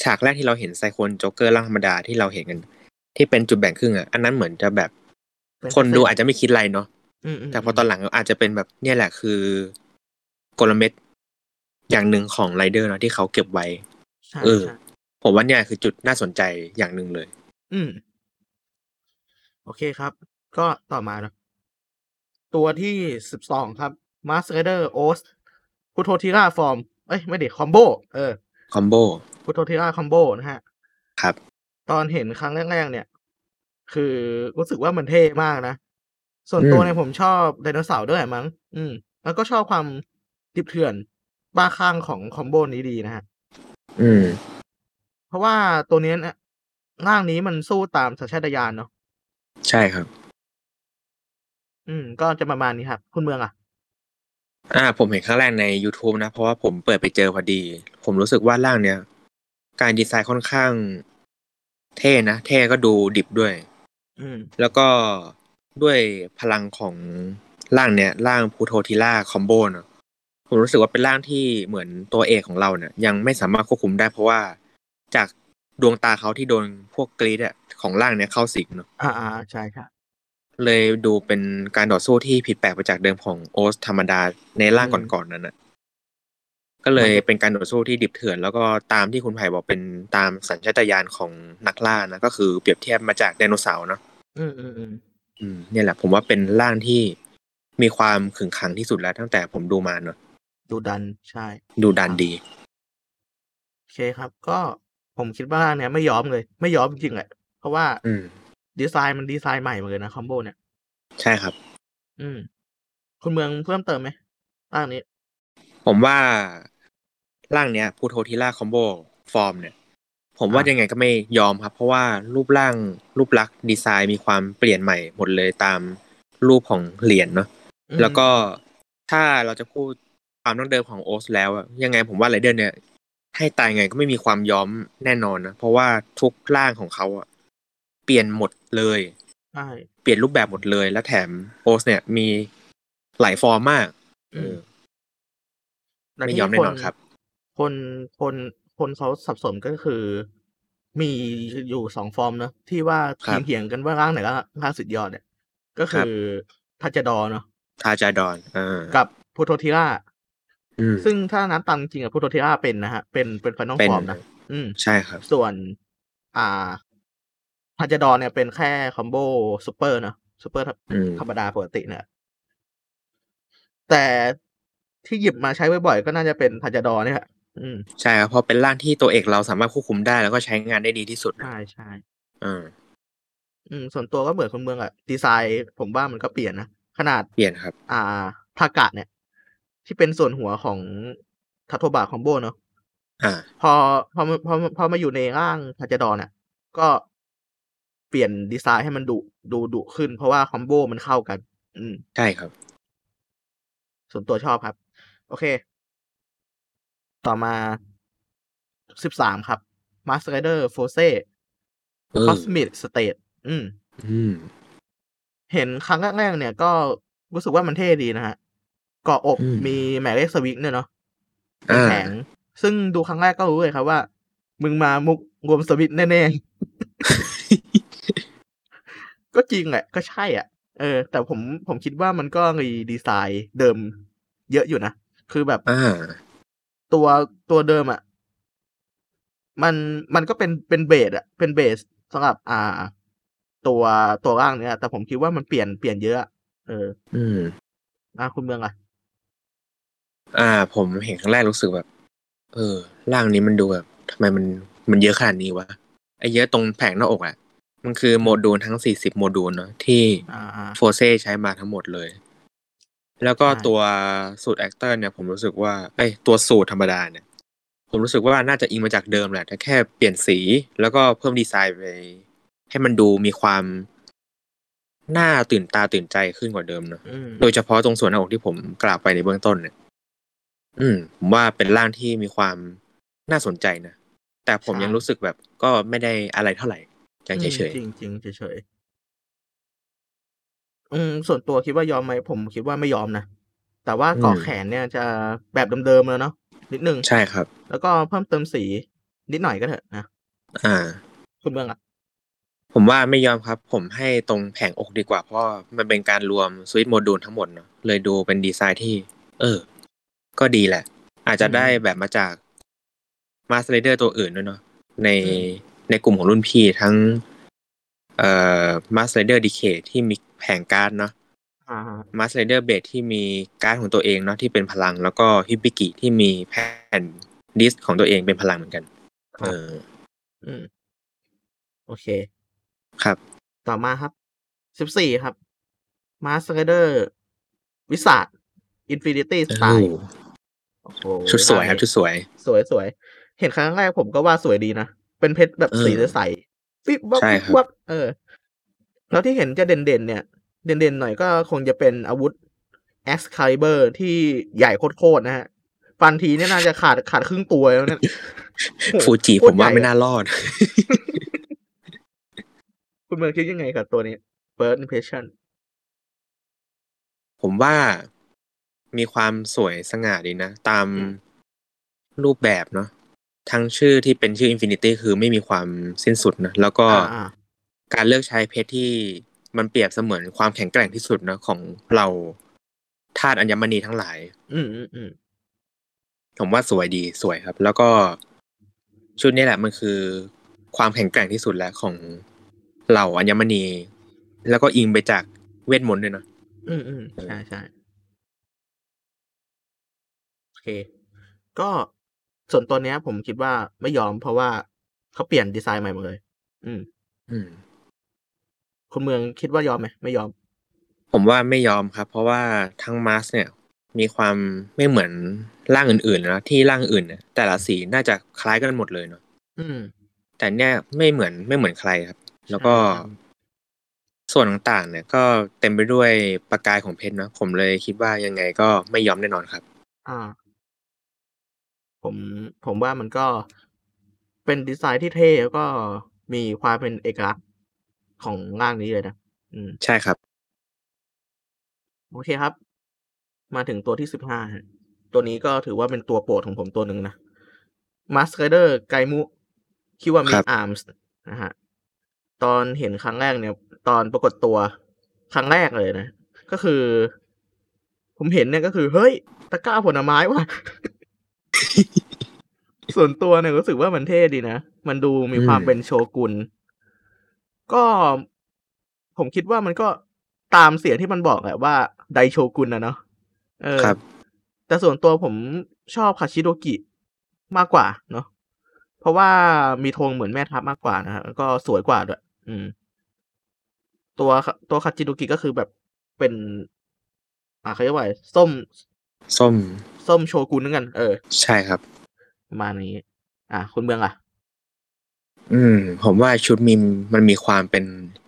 [SPEAKER 2] ฉากแรกที่เราเห็นไซโคนโจ๊กเกอร์ร่างธรรมดาที่เราเห็นกัน ที่เป็นจุดแบ่งครึ่งอ่ะอันนั้นเหมือนจะแบบ
[SPEAKER 1] เป็
[SPEAKER 2] คนดูอาจจะไม่คิดอะไรเนาะ
[SPEAKER 1] อืมม
[SPEAKER 2] แต่พอตอนหลังอาจจะเป็นแบบเนี่ยแหละคือกลเม็ดอย่างหนึ่งของไรเดอร์เนาะที่เขาเก็บไว้
[SPEAKER 1] ใช่
[SPEAKER 2] เออ
[SPEAKER 1] ใช่
[SPEAKER 2] ผมว่าเนี่ยคือจุดน่าสนใจอย่างหนึ่งเลย
[SPEAKER 1] อืม โอเคครับ ก็ต่อมาเนอะตัวที่สิบสองครับมาสเดอร์โอสพุทโธทิราฟอร์ม เอ้ย ไม่เด็กคอมโบเออ
[SPEAKER 2] คอมโบ
[SPEAKER 1] พุทโธทิราคอมโบนะฮะ
[SPEAKER 2] ครับ
[SPEAKER 1] ตอนเห็นครั้งแรกๆเนี่ย คือรู้สึกว่ามันเท่มากนะ ส่วนตัว
[SPEAKER 2] อืม
[SPEAKER 1] เนี่ยผมชอบไดโนเสาร์ด้วยมั้งอืม แล้วก็ชอบความดิบเถื่อนบ้าคลั่งของคอมโบนี้ดีนะฮะ
[SPEAKER 2] อืม
[SPEAKER 1] เพราะว่าตัวเนี้ยนะร่างนี้มันสู้ตามสัญชาตญาณเนาะ
[SPEAKER 2] ใช่ครับ
[SPEAKER 1] อืม ก็จะประมาณนี้ครับ คุณเมืองอ่ะ
[SPEAKER 2] อ่าผมเห็นครั้งแรกใน YouTube นะ เพราะว่าผมเปิดไปเจอพอดี ผมรู้สึกว่าร่างเนี้ยการดีไซน์ค่อนข้าง เท่นะ เท่ก็ดูดิบด้วย
[SPEAKER 1] อืม
[SPEAKER 2] แล้วก็ด้วยพลังของร่างเนี้ยร่างพูโททิล่าคอมโบเนอะผมรู้สึกว่าเป็นร่างที่เหมือนตัวเอกของเราเนี่ย ยังไม่สามารถควบคุมได้เพราะว่าจากดวงตาเขาที่โดนพวกกรีดอะของร่างเนี้ยเข้าสิงเนอะ
[SPEAKER 1] อ่าอ่าใช่ครับ
[SPEAKER 2] เลยดูเป็นการต่อสู้ที่ผิดแปลกไปจากเดิมของโอสธรรมดาในร่าง
[SPEAKER 1] อืม
[SPEAKER 2] ก่อนๆนั้นนะก็เลยเป็นการต่อสู้ที่ดิบเถื่อน แล้วก็ตามที่คุณไผ่บอกเป็นตามสัญชาตญาณของนักล่านะก็คือเปรียบเทียบมาจากไดโนเสาร์เนาะ
[SPEAKER 1] อืมอืมอืม
[SPEAKER 2] อืมเนี่ยแหละ ผมว่าเป็นร่างที่มีความขึงขังที่สุดแล้วตั้งแต่ผมดูมาเนาะ
[SPEAKER 1] ดูดันใช่
[SPEAKER 2] ดูดันดี
[SPEAKER 1] โอเคครับ ก็ผมคิดว่าเนี่ยไม่ยอมเลย ไม่ยอมจริงๆแหละเพราะว่า
[SPEAKER 2] อืม
[SPEAKER 1] ดีไซน์มันดีไซน์ใหม่หมดเลยนะคอมโบเนี่ย
[SPEAKER 2] ใช่ครับ
[SPEAKER 1] อืม คุณเมืองเพิ่มเติมไหมร่างนี้
[SPEAKER 2] ผมว่าร่างเนี้ยพูโททิล่าคอมโบฟอร์มเนี่ย ผมว่า
[SPEAKER 1] อ่ะ
[SPEAKER 2] ยังไงก็ไม่ยอมครับ เพราะว่ารูปร่างรูปลักษณ์ดีไซน์มีความเปลี่ยนใหม่หมดเลยตามรูปของเหรียญเนาะ
[SPEAKER 1] อืม
[SPEAKER 2] แล้วก็ถ้าเราจะพูดความต้องเดิมของโอสแล้วอะยังไงผมว่าไรเดอร์เนี่ย ให้ตายไงก็ไม่มีความยอมแน่นอนนะเพราะว่าทุกร่างของเขาอะเปลี่ยนหมดเลย
[SPEAKER 1] ใช่
[SPEAKER 2] เปลี่ยนรูปแบบหมดเลย และแถมโอสเนี่ยมีหลายฟอร์มมากเอ
[SPEAKER 1] อืม
[SPEAKER 2] อ
[SPEAKER 1] แต่
[SPEAKER 2] ไม่
[SPEAKER 1] ที่
[SPEAKER 2] ยอมแน่นอนครับ
[SPEAKER 1] คนคนคนเขาสับสนก็คือ มีอยู่สองฟอร์มเนอะที่ว่า
[SPEAKER 2] ครั
[SPEAKER 1] เถียง
[SPEAKER 2] บ
[SPEAKER 1] เถียงกันว่าร่างไหนร่างร่างสุดยอดเนี่ย ก็คือทัจจดอร์เนาะ
[SPEAKER 2] ทาจาดอนอ่า
[SPEAKER 1] กับพูโททิล่า
[SPEAKER 2] อืม
[SPEAKER 1] ซึ่งถ้านับตามจริงอะพูโททิล่าเป็นนะฮะเป็นเป็นฟันน้อง
[SPEAKER 2] เป็น
[SPEAKER 1] ฟอร์มนะอืม
[SPEAKER 2] ใช่ครับ
[SPEAKER 1] ส่วน อ่าพันจดอนเนี่ยเป็นแค่คอมโบซูเปอร์เนอะซูเปอร์
[SPEAKER 2] อืม
[SPEAKER 1] ธรรมดาปกติเนี่ย แต่ที่หยิบมาใช้บ่อยๆก็น่าจะเป็นพันจดอนเนี่ยแหละอืม
[SPEAKER 2] ใช่ครับเพราะเป็นร่างที่ตัวเอกเราสามารถควบคุมได้แล้วก็ใช้งานได้ดีที่สุด
[SPEAKER 1] ใช่ใช่
[SPEAKER 2] อ่า
[SPEAKER 1] อืม ส่วนตัวก็เหมือนคนเมืองอะดีไซน์ผมว่ามันก็เปลี่ยนนะ ขนาด
[SPEAKER 2] เปลี่ยนครับ
[SPEAKER 1] อ่าทากะเนี่ย ที่เป็นส่วนหัวของทัตโทบะคอมโบเนอะ
[SPEAKER 2] อ่า
[SPEAKER 1] พอพอมาพอมาพอมาอยู่ในร่างพาจดอนเนี่ยก็เปลี่ยนดีไซน์ให้มันดุดูดุขึ้น เพราะว่าคอมโบมันเข้ากัน อืม
[SPEAKER 2] ใช่ครับ
[SPEAKER 1] ส่วนตัวชอบครับ โอเค ต่อมาสิบสามครับมาส t ต r เดอร์โฟเซ่
[SPEAKER 2] เออ
[SPEAKER 1] คอสมิกสเตทอืม
[SPEAKER 2] อืม
[SPEAKER 1] เห็นครั้งแรกๆเนี่ยก็รู้สึกว่ามันเท่ดีนะฮะเกาะอก
[SPEAKER 2] อืม
[SPEAKER 1] มีหมายเลขสวิกเนี่ยเนาะ
[SPEAKER 2] อ่า
[SPEAKER 1] แข็ง ซึ่งดูครั้งแรกก็รู้เลยครับว่า มึงมามุกรวมสวิตช์แน่ๆ
[SPEAKER 2] [laughs]
[SPEAKER 1] ก็จริงแหละ ก็ใช่อ่ะ เออ แต่ผมผมคิดว่ามันก็รีดีไซน์เดิมเยอะอยู่นะ คือแบบ
[SPEAKER 2] อ่า
[SPEAKER 1] ตัวตัวเดิมอ่ะ มันมันก็เป็นเป็นเบสอ่ะ เป็นเบสสำหรับ อ่า ตัวตัวร่างเนี่ย แต่ผมคิดว่ามันเปลี่ยนเปลี่ยนเยอะอะเออ
[SPEAKER 2] อืม
[SPEAKER 1] อ่ะคุณเมืองอ่ะ
[SPEAKER 2] อ่า ผมเห็นครั้งแรกรู้สึกแบบ เออ ร่างนี้มันดูแบบทำไมมันมันเยอะขนาดนี้วะไอ้เยอะตรงแผงหน้าอกอะมันคือโมดูลทั้งสี่สิบโมดูลเนาะที่
[SPEAKER 1] อ่าอ่า
[SPEAKER 2] โฟเซ่ใช้มาทั้งหมดเลย แล้วก็
[SPEAKER 1] ใช่
[SPEAKER 2] ตัวสูตรแอคเตอร์เนี่ยผมรู้สึกว่าเอ้ยตัวสูตรธรรมดาเนี่ย ผมรู้สึกว่าน่าจะอิงมาจากเดิมแหละแต่แค่เปลี่ยนสี แล้วก็เพิ่มดีไซน์ไป ให้มันดูมีความน่าตื่นตาตื่นใจขึ้นกว่าเดิมเนอะ
[SPEAKER 1] อืม
[SPEAKER 2] โดยเฉพาะตรงส่วนหน้าอกที่ผมกล่าวไปในเบื้องต้นเนี่ย อืม ผมว่าเป็นร่างที่มีความ น่าสนใจนะ แต่ผมยังรู้สึกแบบก็ไม่ได้อะไรเท่าไหร่ยังเฉย
[SPEAKER 1] จริงจริงๆเฉยๆอืมส่วนตัวคิดว่ายอมไหมผมคิดว่าไม่ยอมนะ แต่ว่าก่อแขนเนี่ยจะแบบเดิมๆแล้วเนาะนิดนึง
[SPEAKER 2] ๆใช่ครับ
[SPEAKER 1] แล้วก็เพิ่มเติมสีนิดหน่อยก็เถอะนะ
[SPEAKER 2] อ่า
[SPEAKER 1] คุณเมืองอะ
[SPEAKER 2] ผมว่าไม่ยอมครับ ผมให้ตรงแผงอกดีกว่า เพราะมันเป็นการรวมสวิตโมดูลทั้งหมดเนาะเลยดูเป็นดีไซน์ที่ เออ ก็ดีแหละ อาจจะได้แบบมาจากมาสเลเดอร์ตัวอื่นด้วยเนาะในในกลุ่มของรุ่นพี่ทั้ง เอ่อมาสเลเดอร์ดีเคที่มีแผงการ์ดเนาะ
[SPEAKER 1] อ่า
[SPEAKER 2] มาสเลเดอร์เบสที่มีการ์ดของตัวเองเนาะที่เป็นพลัง แล้วก็ฮิปปิกิที่มีแผ่นดิสของตัวเองเป็นพลังเหมือนกัน
[SPEAKER 1] ครับ
[SPEAKER 2] เออ
[SPEAKER 1] อืม โอเค
[SPEAKER 2] ครับ
[SPEAKER 1] ต่อมาครับ สิบสี่ครับ มาสเกเดอร์ วิสาดอินฟินิตี้สไตล์
[SPEAKER 2] ชุดสวยครับ ชุดสวย
[SPEAKER 1] สวยสวยๆ เห็นครั้งแรกผมก็ว่าสวยดีนะ เป็นเพชรแบบสี
[SPEAKER 2] เออ
[SPEAKER 1] ใสๆปิ๊บวับ
[SPEAKER 2] ใช่
[SPEAKER 1] ปิ๊บ
[SPEAKER 2] ครับ
[SPEAKER 1] วับเออ แล้วที่เห็นจะเด่นๆเนี่ย เด่นๆหน่อยก็คงจะเป็นอาวุธ e x c a l i b u r ที่ใหญ่โคตรๆนะฮะ ฟันทีเนี่ยน่าจะขาดขาดครึ่งตัวแล้ว
[SPEAKER 2] [laughs]
[SPEAKER 1] เนี่ย โอ้โห
[SPEAKER 2] ฟูจิ
[SPEAKER 1] โค
[SPEAKER 2] ผ
[SPEAKER 1] ต
[SPEAKER 2] ม
[SPEAKER 1] รใหญ่
[SPEAKER 2] ว่าไม่
[SPEAKER 1] อะ
[SPEAKER 2] น่ารอด [laughs]
[SPEAKER 1] คุณเมืองคิดยังไงกับตัวนี้ first impression
[SPEAKER 2] ผมว่ามีความสวยสง่าดีนะ ตาม
[SPEAKER 1] อืม
[SPEAKER 2] รูปแบบเนาะทั้งชื่อที่เป็นชื่ออินฟินิตี้คือไม่มีความสิ้นสุดนะ แล้วก็
[SPEAKER 1] อ่า
[SPEAKER 2] การเลือกใช้เพชรที่มันเปรียบเสมือนความแข็งแกร่งที่สุดนะของเราธาตุอัญมณีทั้งหลาย
[SPEAKER 1] ๆอืมอืมอืม
[SPEAKER 2] ผมว่าสวยดีสวยครับ แล้วก็ชุดนี้แหละมันคือความแข็งแกร่งที่สุดแล้วของเหล่าอัญมณี แล้วก็อิงไปจากเวทมนต์ด้วยเนาะ
[SPEAKER 1] อืมอืมใช่ใช่โอเค ก็ส่วนตัวเนี้ย ผมคิดว่าไม่ยอมเพราะว่าเขาเปลี่ยนดีไซน์ใหม่หมดเลย อืม
[SPEAKER 2] อืม
[SPEAKER 1] คุณเมืองคิดว่ายอมไหมไม่ยอม
[SPEAKER 2] ผมว่าไม่ยอมครับ เพราะว่าทั้งมาสเนี่ย มีความไม่เหมือนร่างอื่นๆนะที่ร่างอื่นเนี่ยแต่ละสีน่าจะคล้ายกันหมดเลยเนาะ
[SPEAKER 1] อืม
[SPEAKER 2] แต่เนี่ยไม่เหมือนไม่เหมือนใครครับ แล้วก็
[SPEAKER 1] ใช่ครับ
[SPEAKER 2] ส่วนต่างๆ เนี่ย ก็เต็มไปด้วยประกายของเพชรเนาะผมเลยคิดว่ายังไงก็ไม่ยอมแน่นอนครับ
[SPEAKER 1] อ่า ผมผมว่ามันก็เป็นดีไซน์ที่เท่แล้วก็มีความเป็นเอกลักษณ์ของร่างนี้เลยนะอืม
[SPEAKER 2] ใช่ครับ
[SPEAKER 1] โอเคครับ มาถึงตัวที่สิบห้าตัวนี้ก็ถือว่าเป็นตัวโปรดของผมตัวหนึ่งนะมาส k เดอร์ไกมุคิวามิ
[SPEAKER 2] ครับ
[SPEAKER 1] อาร์มส์นะฮะ ตอนเห็นครั้งแรกเนี่ย ตอนปรากฏตัวครั้งแรกเลยนะ ก็คือ ผมเห็นเนี่ยก็คือ เฮ้ย ตะกร้าผลไม้ว่ะ [laughs] ส่วนตัวเนี่ยรู้สึกว่ามันเท่ดีนะ มันดูมีความเป็นโชกุน ก็ผมคิดว่ามันก็ตามเสียงที่มันบอกแหละว่าไดโชกุนนะเนาะเออ
[SPEAKER 2] ครับ
[SPEAKER 1] แต่ส่วนตัวผมชอบคาชิโดกิมากกว่าเนาะเพราะว่ามีธงเหมือนแม่ทัพมากกว่านะฮะแล้วก็สวยกว่าด้วย อืม ตัวตัวคาชิโดกิก็คือแบบเป็น อ่าเขาเรียกว่าอะไรส้ม
[SPEAKER 2] ส้ม
[SPEAKER 1] ส้มโชกุนนั่นกัน เออ
[SPEAKER 2] ใช่ครับ
[SPEAKER 1] ประมาณนี้ อ่ะคุณเมืองอ่ะ
[SPEAKER 2] อืม ผมว่าชุดมีมมันมีความเป็น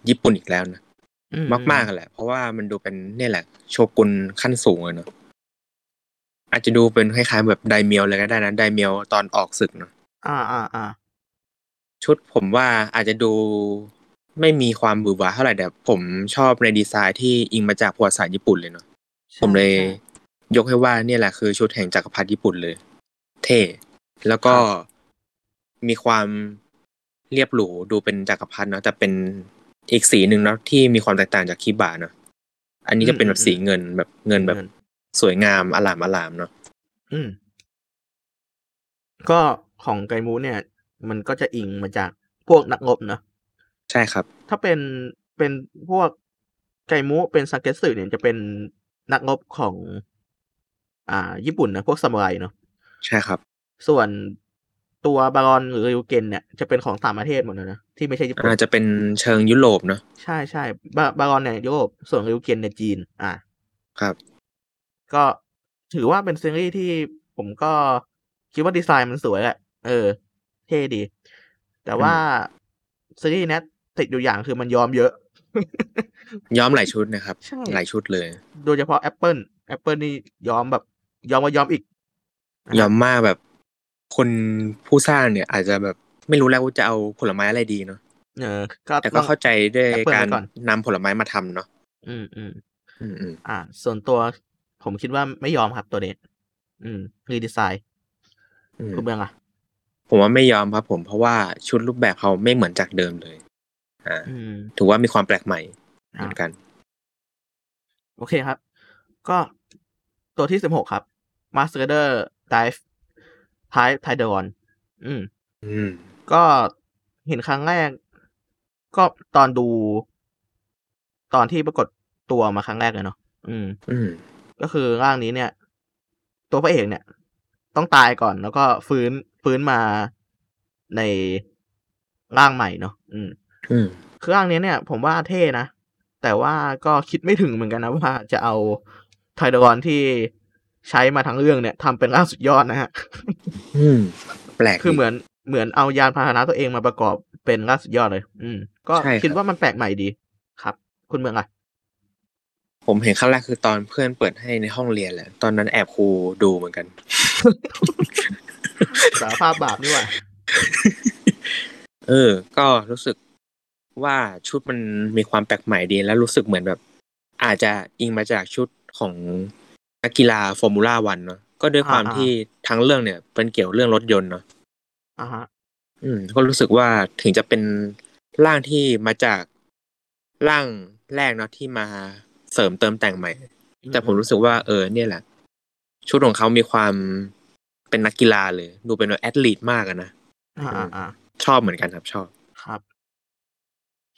[SPEAKER 2] ญี่ปุ่นอีกแล้วนะ
[SPEAKER 1] อื
[SPEAKER 2] มากๆแหละ เพราะว่ามันดูเป็นเนี่ยแหละ โชกุนขั้นสูงเลยเนาะอาจจะดูเป็นคล้ายๆแบบไดเมียวเลยก็ได้นะไดเมียวตอนออกศึกเนาะ
[SPEAKER 1] อ่าอ่าอ่า
[SPEAKER 2] ชุดผมว่าอาจจะดูไม่มีความบือหวาเท่าไหร่แต่ผมชอบในดีไซน์ที่อิงมาจากประวัติศาสตร์ญี่ปุ่นเลยเนาะผมเลย
[SPEAKER 1] ใช่
[SPEAKER 2] ยกให้ว่าเนี่ยแหละคือชุดแห่งจักรพรรดิญี่ปุ่นเลย เท่แล้วก็
[SPEAKER 1] ครั
[SPEAKER 2] มีความเรียบหรูดูเป็นจักรพรรดิเนาะแต่เป็นอีกสีหนึ่งเนาะที่มีความแตกต่างจากคิบะเนาะอันนี้จะเป็นแบบสีเงินแบบเงินแบบ
[SPEAKER 1] เงิน
[SPEAKER 2] สวยงามอลามอลามเนาะ
[SPEAKER 1] อืม ก็ของไกมูเนี่ย มันก็จะอิงมาจากพวกนักงบเนอะ
[SPEAKER 2] ใช่ครับ
[SPEAKER 1] ถ้าเป็นเป็นพวกไกมูเป็นซาเกตสึเนี่ยจะเป็นนักงบของ อ่า ญี่ปุ่นนะพวกซามูไรเนาะ
[SPEAKER 2] ใช่ครับ
[SPEAKER 1] ส่วนตัวบารอนหรือริวเกนเนี่ยจะเป็นของต่างประเทศหมดเลยนะที่ไม่ใช่ญี่ปุ่น
[SPEAKER 2] อาจจะเป็นเชิงยุโรปเนาะ
[SPEAKER 1] ใช่ใช่บาบารอนเนี่ยยุโรปส่วนริวเกนเนี่ยจีน อ่า
[SPEAKER 2] ครับ
[SPEAKER 1] ก็ถือว่าเป็นซีรีส์ที่ผมก็คิดว่าดีไซน์มันสวยแหละ เออ เท่ดี แต่ว่าซีรีส์เนี้ยติดอยู่อย่างคือมันยอมเยอะ [laughs]
[SPEAKER 2] ย้อมหลายชุดนะครับ
[SPEAKER 1] ใช่
[SPEAKER 2] หลายชุดเลย
[SPEAKER 1] โดยเฉพาะ Apple Apple นี่ยอมแบบ ยอมว่ายอมอีก
[SPEAKER 2] ยอมมากแบบ คนผู้สร้างเนี่ย อาจจะแบบไม่รู้แล้วว่าจะเอาผลไม้อะไรดีเนาะ
[SPEAKER 1] เออก็
[SPEAKER 2] แต่ก็
[SPEAKER 1] อง
[SPEAKER 2] เข้าใจด้วย
[SPEAKER 1] แอปเปิ้ลไว้
[SPEAKER 2] การ
[SPEAKER 1] ก่อน
[SPEAKER 2] นำผลไม้มาทำเนาะ
[SPEAKER 1] อืมอืม
[SPEAKER 2] อืมอืม
[SPEAKER 1] อ่า ส่วนตัวผมคิดว่าไม่ยอมครับตัวนี้ อืมรีดีไซน์
[SPEAKER 2] อืม
[SPEAKER 1] คุณเบืองอ่ะ
[SPEAKER 2] ผมว่าไม่ยอมครับผมเพราะว่าชุดรูปแบบเขาไม่เหมือนจากเดิมเลย อ่า
[SPEAKER 1] อืม
[SPEAKER 2] ถือว่ามีความแปลกใหม่เห
[SPEAKER 1] อ่า
[SPEAKER 2] มือนกัน
[SPEAKER 1] โอเคครับ ก็ตัวที่สิบหกครับ Master Dive Type t i d e r อืม
[SPEAKER 2] อืม
[SPEAKER 1] ก็เห็นครั้งแรก ก็ตอนดู ตอนที่ปรากฏตัวมาครั้งแรกเลยเนาะอืม
[SPEAKER 2] อืม
[SPEAKER 1] ก็คือร่างนี้เนี่ย ตัวพระเอกเนี่ย ต้องตายก่อนแล้วก็ฟื้นฟื้นมาในร่างใหม่เนาะอืม
[SPEAKER 2] อืม
[SPEAKER 1] คือร่างนี้เนี่ย ผมว่าเท่นะ แต่ว่าก็คิดไม่ถึงเหมือนกันนะว่าจะเอาไทดรอนที่ใช้มาทั้งเรื่องเนี่ยทำเป็นร่างสุดยอดนะฮะ
[SPEAKER 2] อืม แปลก
[SPEAKER 1] คือเหมื
[SPEAKER 2] ดี
[SPEAKER 1] อนเหมือนเอายานพาหนะตัวเองมาประกอบเป็นร่างสุดยอดเลย อืม ก็
[SPEAKER 2] ใช่ครับ
[SPEAKER 1] คิดว่ามันแปลกใหม่ดีครับ คุณเมืองอะ
[SPEAKER 2] ผมเห็นครั้งแรกคือตอนเพื่อนเปิดให้ในห้องเรียนแหละ ตอนนั้นแอบครูดูเหมือนกัน
[SPEAKER 1] สารภาพบาปนี่หว่า
[SPEAKER 2] เออ ก็รู้สึกว่าชุดมันมีความแปลกใหม่ดี แล้วรู้สึกเหมือนแบบ อาจจะอิงมาจากชุดของนักกีฬาฟอร์มูล่าวันเนาะ ก็ด้วยความที่ทั้งเรื่องเนี่ยเป็นเกี่ยวเรื่องรถยนต์เนาะ
[SPEAKER 1] อ่าฮะ
[SPEAKER 2] อืมก็รู้สึกว่าถึงจะเป็นร่างที่มาจากร่างแรกเนาะที่มาเสริมเติมแต่งใหม่ แต่ผมรู้สึกว่าเออเนี่ยแหละ ชุดของเขามีความเป็นนักกีฬาเลย ดูเป็นแบบแอดลีทมากอะนะ
[SPEAKER 1] อ่าอ่าอ่า
[SPEAKER 2] ชอบเหมือนกันครับชอบ
[SPEAKER 1] ครับ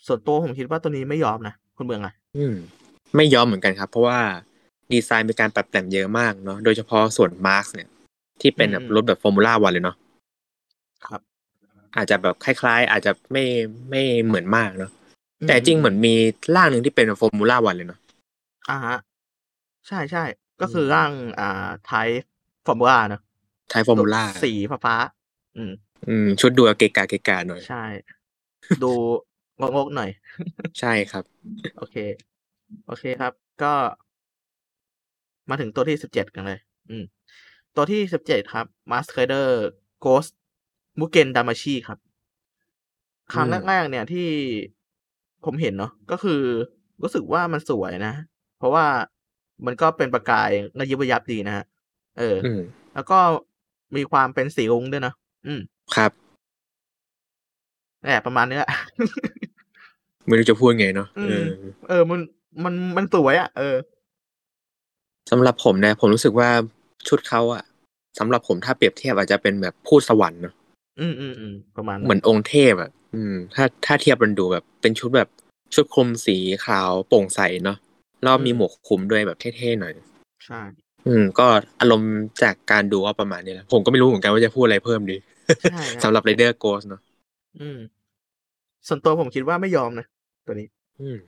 [SPEAKER 1] ส่วนตัวผมคิดว่าตัวนี้ไม่ยอมนะคุณเมืองอะ
[SPEAKER 2] อืม ไม่ยอมเหมือนกันครับ เพราะว่าดีไซน์มีการปรับแต่งเยอะมากเนาะโดยเฉพาะส่วนมาร์เนี่ย ที่เป็นแบบรถแบบฟอร์มูล่าวันเลยเนาะ
[SPEAKER 1] ครับ
[SPEAKER 2] อาจจะแบบคล้ายๆ อาจจะไม่ไม่เหมือนมากเนาะแต่จริงเหมือนมีร่างหนึ่งที่เป็นฟอร์มูล่าวันเลยเนาะ
[SPEAKER 1] อ่าฮะ ใช่ใช่ก็คืออ
[SPEAKER 2] ม
[SPEAKER 1] ร่างอ่าไทป์ฟอร์มูล่าเนอะ
[SPEAKER 2] ไทยฟอร์มูล่า
[SPEAKER 1] สีฟ้าฟ้าๆอืม
[SPEAKER 2] อืมชุดดูเกะกาเกะกาหน่อย
[SPEAKER 1] ใช่ ดูงกๆหน่อย
[SPEAKER 2] ใช่ครับ
[SPEAKER 1] โอเค โอเคครับ ก็มาถึงตัวที่สิบเจ็ดกันเลย อืม ตัวที่สิบเจ็ดครับมาสเคเดอร์โกสมุเกนดามาชีครับครั้ง
[SPEAKER 2] อืม
[SPEAKER 1] แรกๆเนี่ยที่ผมเห็นเนาะก็คือรู้สึกว่ามันสวยนะ เพราะว่ามันก็เป็นประกายระยิบระยับดีนะฮะเอออ
[SPEAKER 2] อืม
[SPEAKER 1] แล้วก็มีความเป็นสีรุ้งด้วยเนาะอืม
[SPEAKER 2] ครับ
[SPEAKER 1] นั่นแหละประมาณนี้แหละ
[SPEAKER 2] ไม่รู้จะพูดไงเนาะ
[SPEAKER 1] อืม
[SPEAKER 2] เออ
[SPEAKER 1] [laughs] เออ มัน มัน มันสวยอะ่ะ เออ
[SPEAKER 2] สำหรับผมนะ ผมรู้สึกว่าชุดเขาอะสำหรับผมถ้าเปรียบเทียบอาจจะเป็นแบบพูดสวรรค์เนาะ
[SPEAKER 1] อืมอืมอืมประมาณ
[SPEAKER 2] เหมือนองค์เทพอะอืม ถ้าถ้าเทียบมันดูแบบเป็นชุดแบบชุดคลุมสีขาวโปร่งใสเนาะแล้วมีหมวกคลุมด้วยแบบเท่ๆหน่อย
[SPEAKER 1] ใช่
[SPEAKER 2] อืม ก็อารมณ์จากการดูก็ประมาณนี้แหละผมก็ไม่รู้เหมือนกันว่าจะพูดอะไรเพิ่มดี
[SPEAKER 1] ใช่ครับ
[SPEAKER 2] [laughs] สำหรับไรเดอร์โกสเนาะ
[SPEAKER 1] อืม ส่วนตัวผมคิดว่าไม่ยอมนะ ตัวนี้
[SPEAKER 2] อืม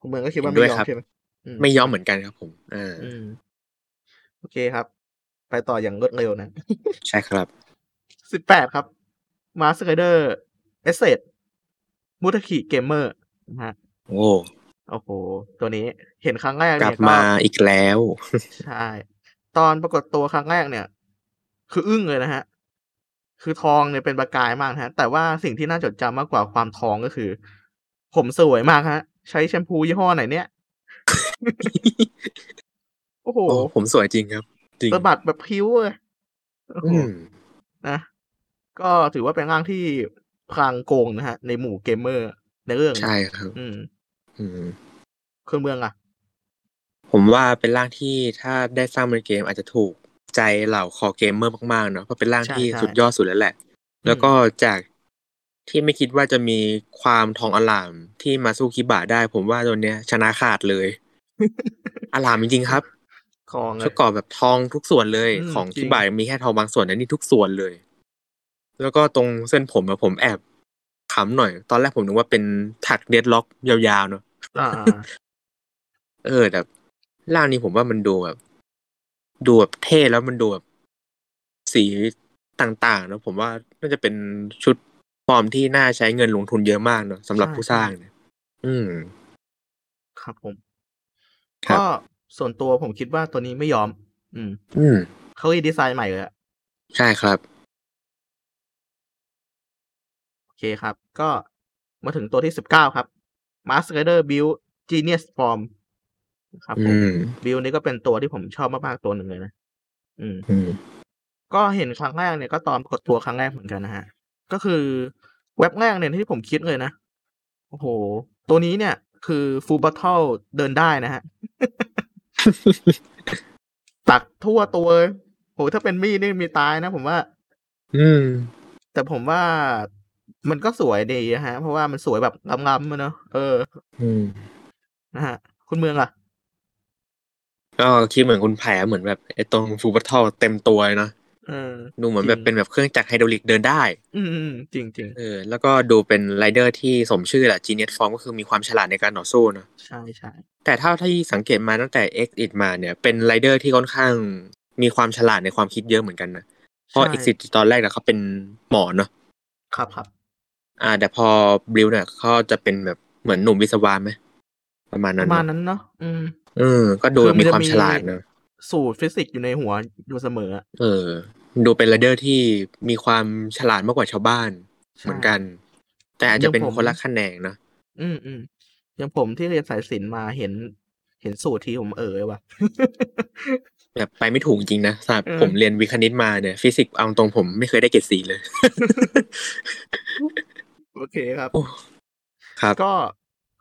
[SPEAKER 1] คุณเมืองก็คิดว่า
[SPEAKER 2] เห็นด้
[SPEAKER 1] ไม่
[SPEAKER 2] วย
[SPEAKER 1] ยอม
[SPEAKER 2] ครับ
[SPEAKER 1] ใช่ไหมอืม
[SPEAKER 2] ไม่ยอมเหมือนกันครับผมอ่า
[SPEAKER 1] อืม โอเคครับ ไปต่ออย่างรวดเร็วนะ [laughs]
[SPEAKER 2] ใช่ครับ
[SPEAKER 1] สิบแปดครับ มาส k เดอร์เอเซดมุทคิเกมเมอร์นะฮะ
[SPEAKER 2] โอ้
[SPEAKER 1] โอ้โห ตัวนี้เห็นครั้งแรก
[SPEAKER 2] กลั
[SPEAKER 1] เนี่
[SPEAKER 2] บ
[SPEAKER 1] ยก็
[SPEAKER 2] มาอีกแล้ว
[SPEAKER 1] ใช่ ตอนปรากฏตัวครั้งแรกเนี่ย คืออึ้งเลยนะฮะ คือทองเนี่ยเป็นประกายมากนะฮะ แต่ว่าสิ่งที่น่าจดจำมากกว่าความทองก็คือ ผมสวยมากฮะ ใช้แชมพูยี่ห้อไหนเนี่ย โอ้โห
[SPEAKER 2] โอ้ผมสวยจริงครับ จริง
[SPEAKER 1] สะบัดแบบพริ้วเลยโอ้โห
[SPEAKER 2] อืม
[SPEAKER 1] นะก็ถือว่าเป็นร่างที่พลางโกงนะฮะ ในหมู่เกมเมอร์ในเรื่อง
[SPEAKER 2] ใช่ครับ
[SPEAKER 1] อืม
[SPEAKER 2] อืม
[SPEAKER 1] เครื่องเมืองอะ
[SPEAKER 2] ผมว่าเป็นร่างที่ถ้าได้สร้างเป็นเกมอาจจะถูกใจเหล่าคอเกมเมอร์มากๆเนาะเพราะเป็นร่างที่สุดยอดสุดแล้วแหละ แล้วก็จากที่ไม่คิดว่าจะมีความทองอลามที่มาสู้คิบะได้ ผมว่าตัวเนี้ย ชนะขาดเลย [laughs] อลามจริง
[SPEAKER 1] [laughs]
[SPEAKER 2] ๆครับ
[SPEAKER 1] ทองเล
[SPEAKER 2] ชุด
[SPEAKER 1] ย
[SPEAKER 2] เกาะแบบทองทุกส่วนเลย
[SPEAKER 1] อืม
[SPEAKER 2] ของ
[SPEAKER 1] จริง
[SPEAKER 2] คิบะมีแค่ทองบางส่วนนะนี่ทุกส่วนเลย แล้วก็ตรงเส้นผมอะผมแอบขำหน่อย ตอนแรกผมนึกว่าเป็นถักเดดล็อกยาวๆเนาะ
[SPEAKER 1] อ่า
[SPEAKER 2] เออแต่ร่างนี้ผมว่ามันดูแบบ ดูแบบเท่แล้วมันดูแบบสีต่างๆนะผมว่าน่าจะเป็นชุดฟอร์มที่น่าใช้เงินลงทุนเยอะมากเนาะสำหรับผู้สร้างเนี่ย อืม
[SPEAKER 1] ๆครับผม
[SPEAKER 2] ครับ
[SPEAKER 1] ก็ส่วนตัวผมคิดว่าตัวนี้ไม่ยอม อืม
[SPEAKER 2] อืม
[SPEAKER 1] เขารีดีไซน์ใหม่เลยอะ
[SPEAKER 2] ใช่ครับ
[SPEAKER 1] โอเคครับ ก็มาถึงตัวที่สิบเก้าครับ Mask Rider Build Genius Form ครับผ
[SPEAKER 2] อื
[SPEAKER 1] ม
[SPEAKER 2] ม
[SPEAKER 1] บิลนี้ก็เป็นตัวที่ผมชอบมากๆตัวหนึ่งเลยนะ อืม
[SPEAKER 2] อืม
[SPEAKER 1] ก็เห็นครั้งแรกเนี่ยก็ตอนกดตัวครั้งแรกเหมือนกันนะฮะ ก็คือเว็บแรกเนี่ยที่ผมคิดเลยนะ โอ้โห ตัวนี้เนี่ย คือฟูลบัตเทิลเดินได้นะฮะ [laughs] ตักทั่วตัวเลยโหถ้าเป็นมีดนี่มีตายนะผมว่า
[SPEAKER 2] อืม
[SPEAKER 1] แต่ผมว่ามันก็สวยดีนะฮะ เพราะว่ามันสวยแบบงามๆอะเนอะเออ
[SPEAKER 2] อืม
[SPEAKER 1] นะฮะ คุณเมืองล่ะ
[SPEAKER 2] ก็คิดเหมือนคุณแผลเหมือนแบบไอ้ตรงฟูลบัตเทิลเต็มตัวเลยเนาะ
[SPEAKER 1] เออ
[SPEAKER 2] ดูเหมือนแบ
[SPEAKER 1] จ
[SPEAKER 2] บ
[SPEAKER 1] ริง
[SPEAKER 2] เป็นแบบเครื่องจักรไฮดรอลิกเดินได้
[SPEAKER 1] อืมๆจริงจริง
[SPEAKER 2] เออ แล้วก็ดูเป็นไรเดอร์ที่สมชื่อแหละจีเนียสฟอร์มก็คือมีความฉลาดในการต่อสู้เนาะ
[SPEAKER 1] ๆใช่ใช่
[SPEAKER 2] แต่เท่าที่สังเกตมาตั้งแต่ X i t มาเนี่ย เป็นไรเดอร์ที่ค่อนข้างมีความฉลาดในความคิดเยอะเหมือนกันนะเพราะ X i t ตอนแรกเนี่ยเขาเป็นหมอเนาะ
[SPEAKER 1] ครับครับ
[SPEAKER 2] อ่า แต่พอบริวเนี่ยเขาจะเป็นแบบเหมือนหนุ่มวิศวะไหมประมาณ
[SPEAKER 1] ป
[SPEAKER 2] นั้น
[SPEAKER 1] ระมาณ
[SPEAKER 2] เนอะ
[SPEAKER 1] นั้นเนาะอืม
[SPEAKER 2] เออ ก็ดู
[SPEAKER 1] คือมัน
[SPEAKER 2] มี
[SPEAKER 1] จะ
[SPEAKER 2] ความ
[SPEAKER 1] มี
[SPEAKER 2] ฉลาดเนาะ
[SPEAKER 1] สูตรฟิสิกส์อยู่ในหัวอยู่เสมออะ
[SPEAKER 2] เออ ดูเป็นไรเดอร์ที่มีความฉลาดมากกว่าชาวบ้าน
[SPEAKER 1] ใช่
[SPEAKER 2] เหมือนกัน แต่อาจจะเป็น
[SPEAKER 1] อย่างผม
[SPEAKER 2] คนละแขนงนะ
[SPEAKER 1] อืมอืมอย่างผมที่เรียนสายศิลป์มาเห็น เห็นสูตรทีผมเออเลยว่ะ [laughs]
[SPEAKER 2] แบบไปไม่ถูกจริงนะสำหรับ
[SPEAKER 1] เออ
[SPEAKER 2] ผมเรียนวิทย์คณิตมาเนี่ย ฟิสิกส์เอาตรงผมไม่เคยได้เกรดสีเลย [laughs]
[SPEAKER 1] โอเคครับ
[SPEAKER 2] โอ้ครับ
[SPEAKER 1] ก็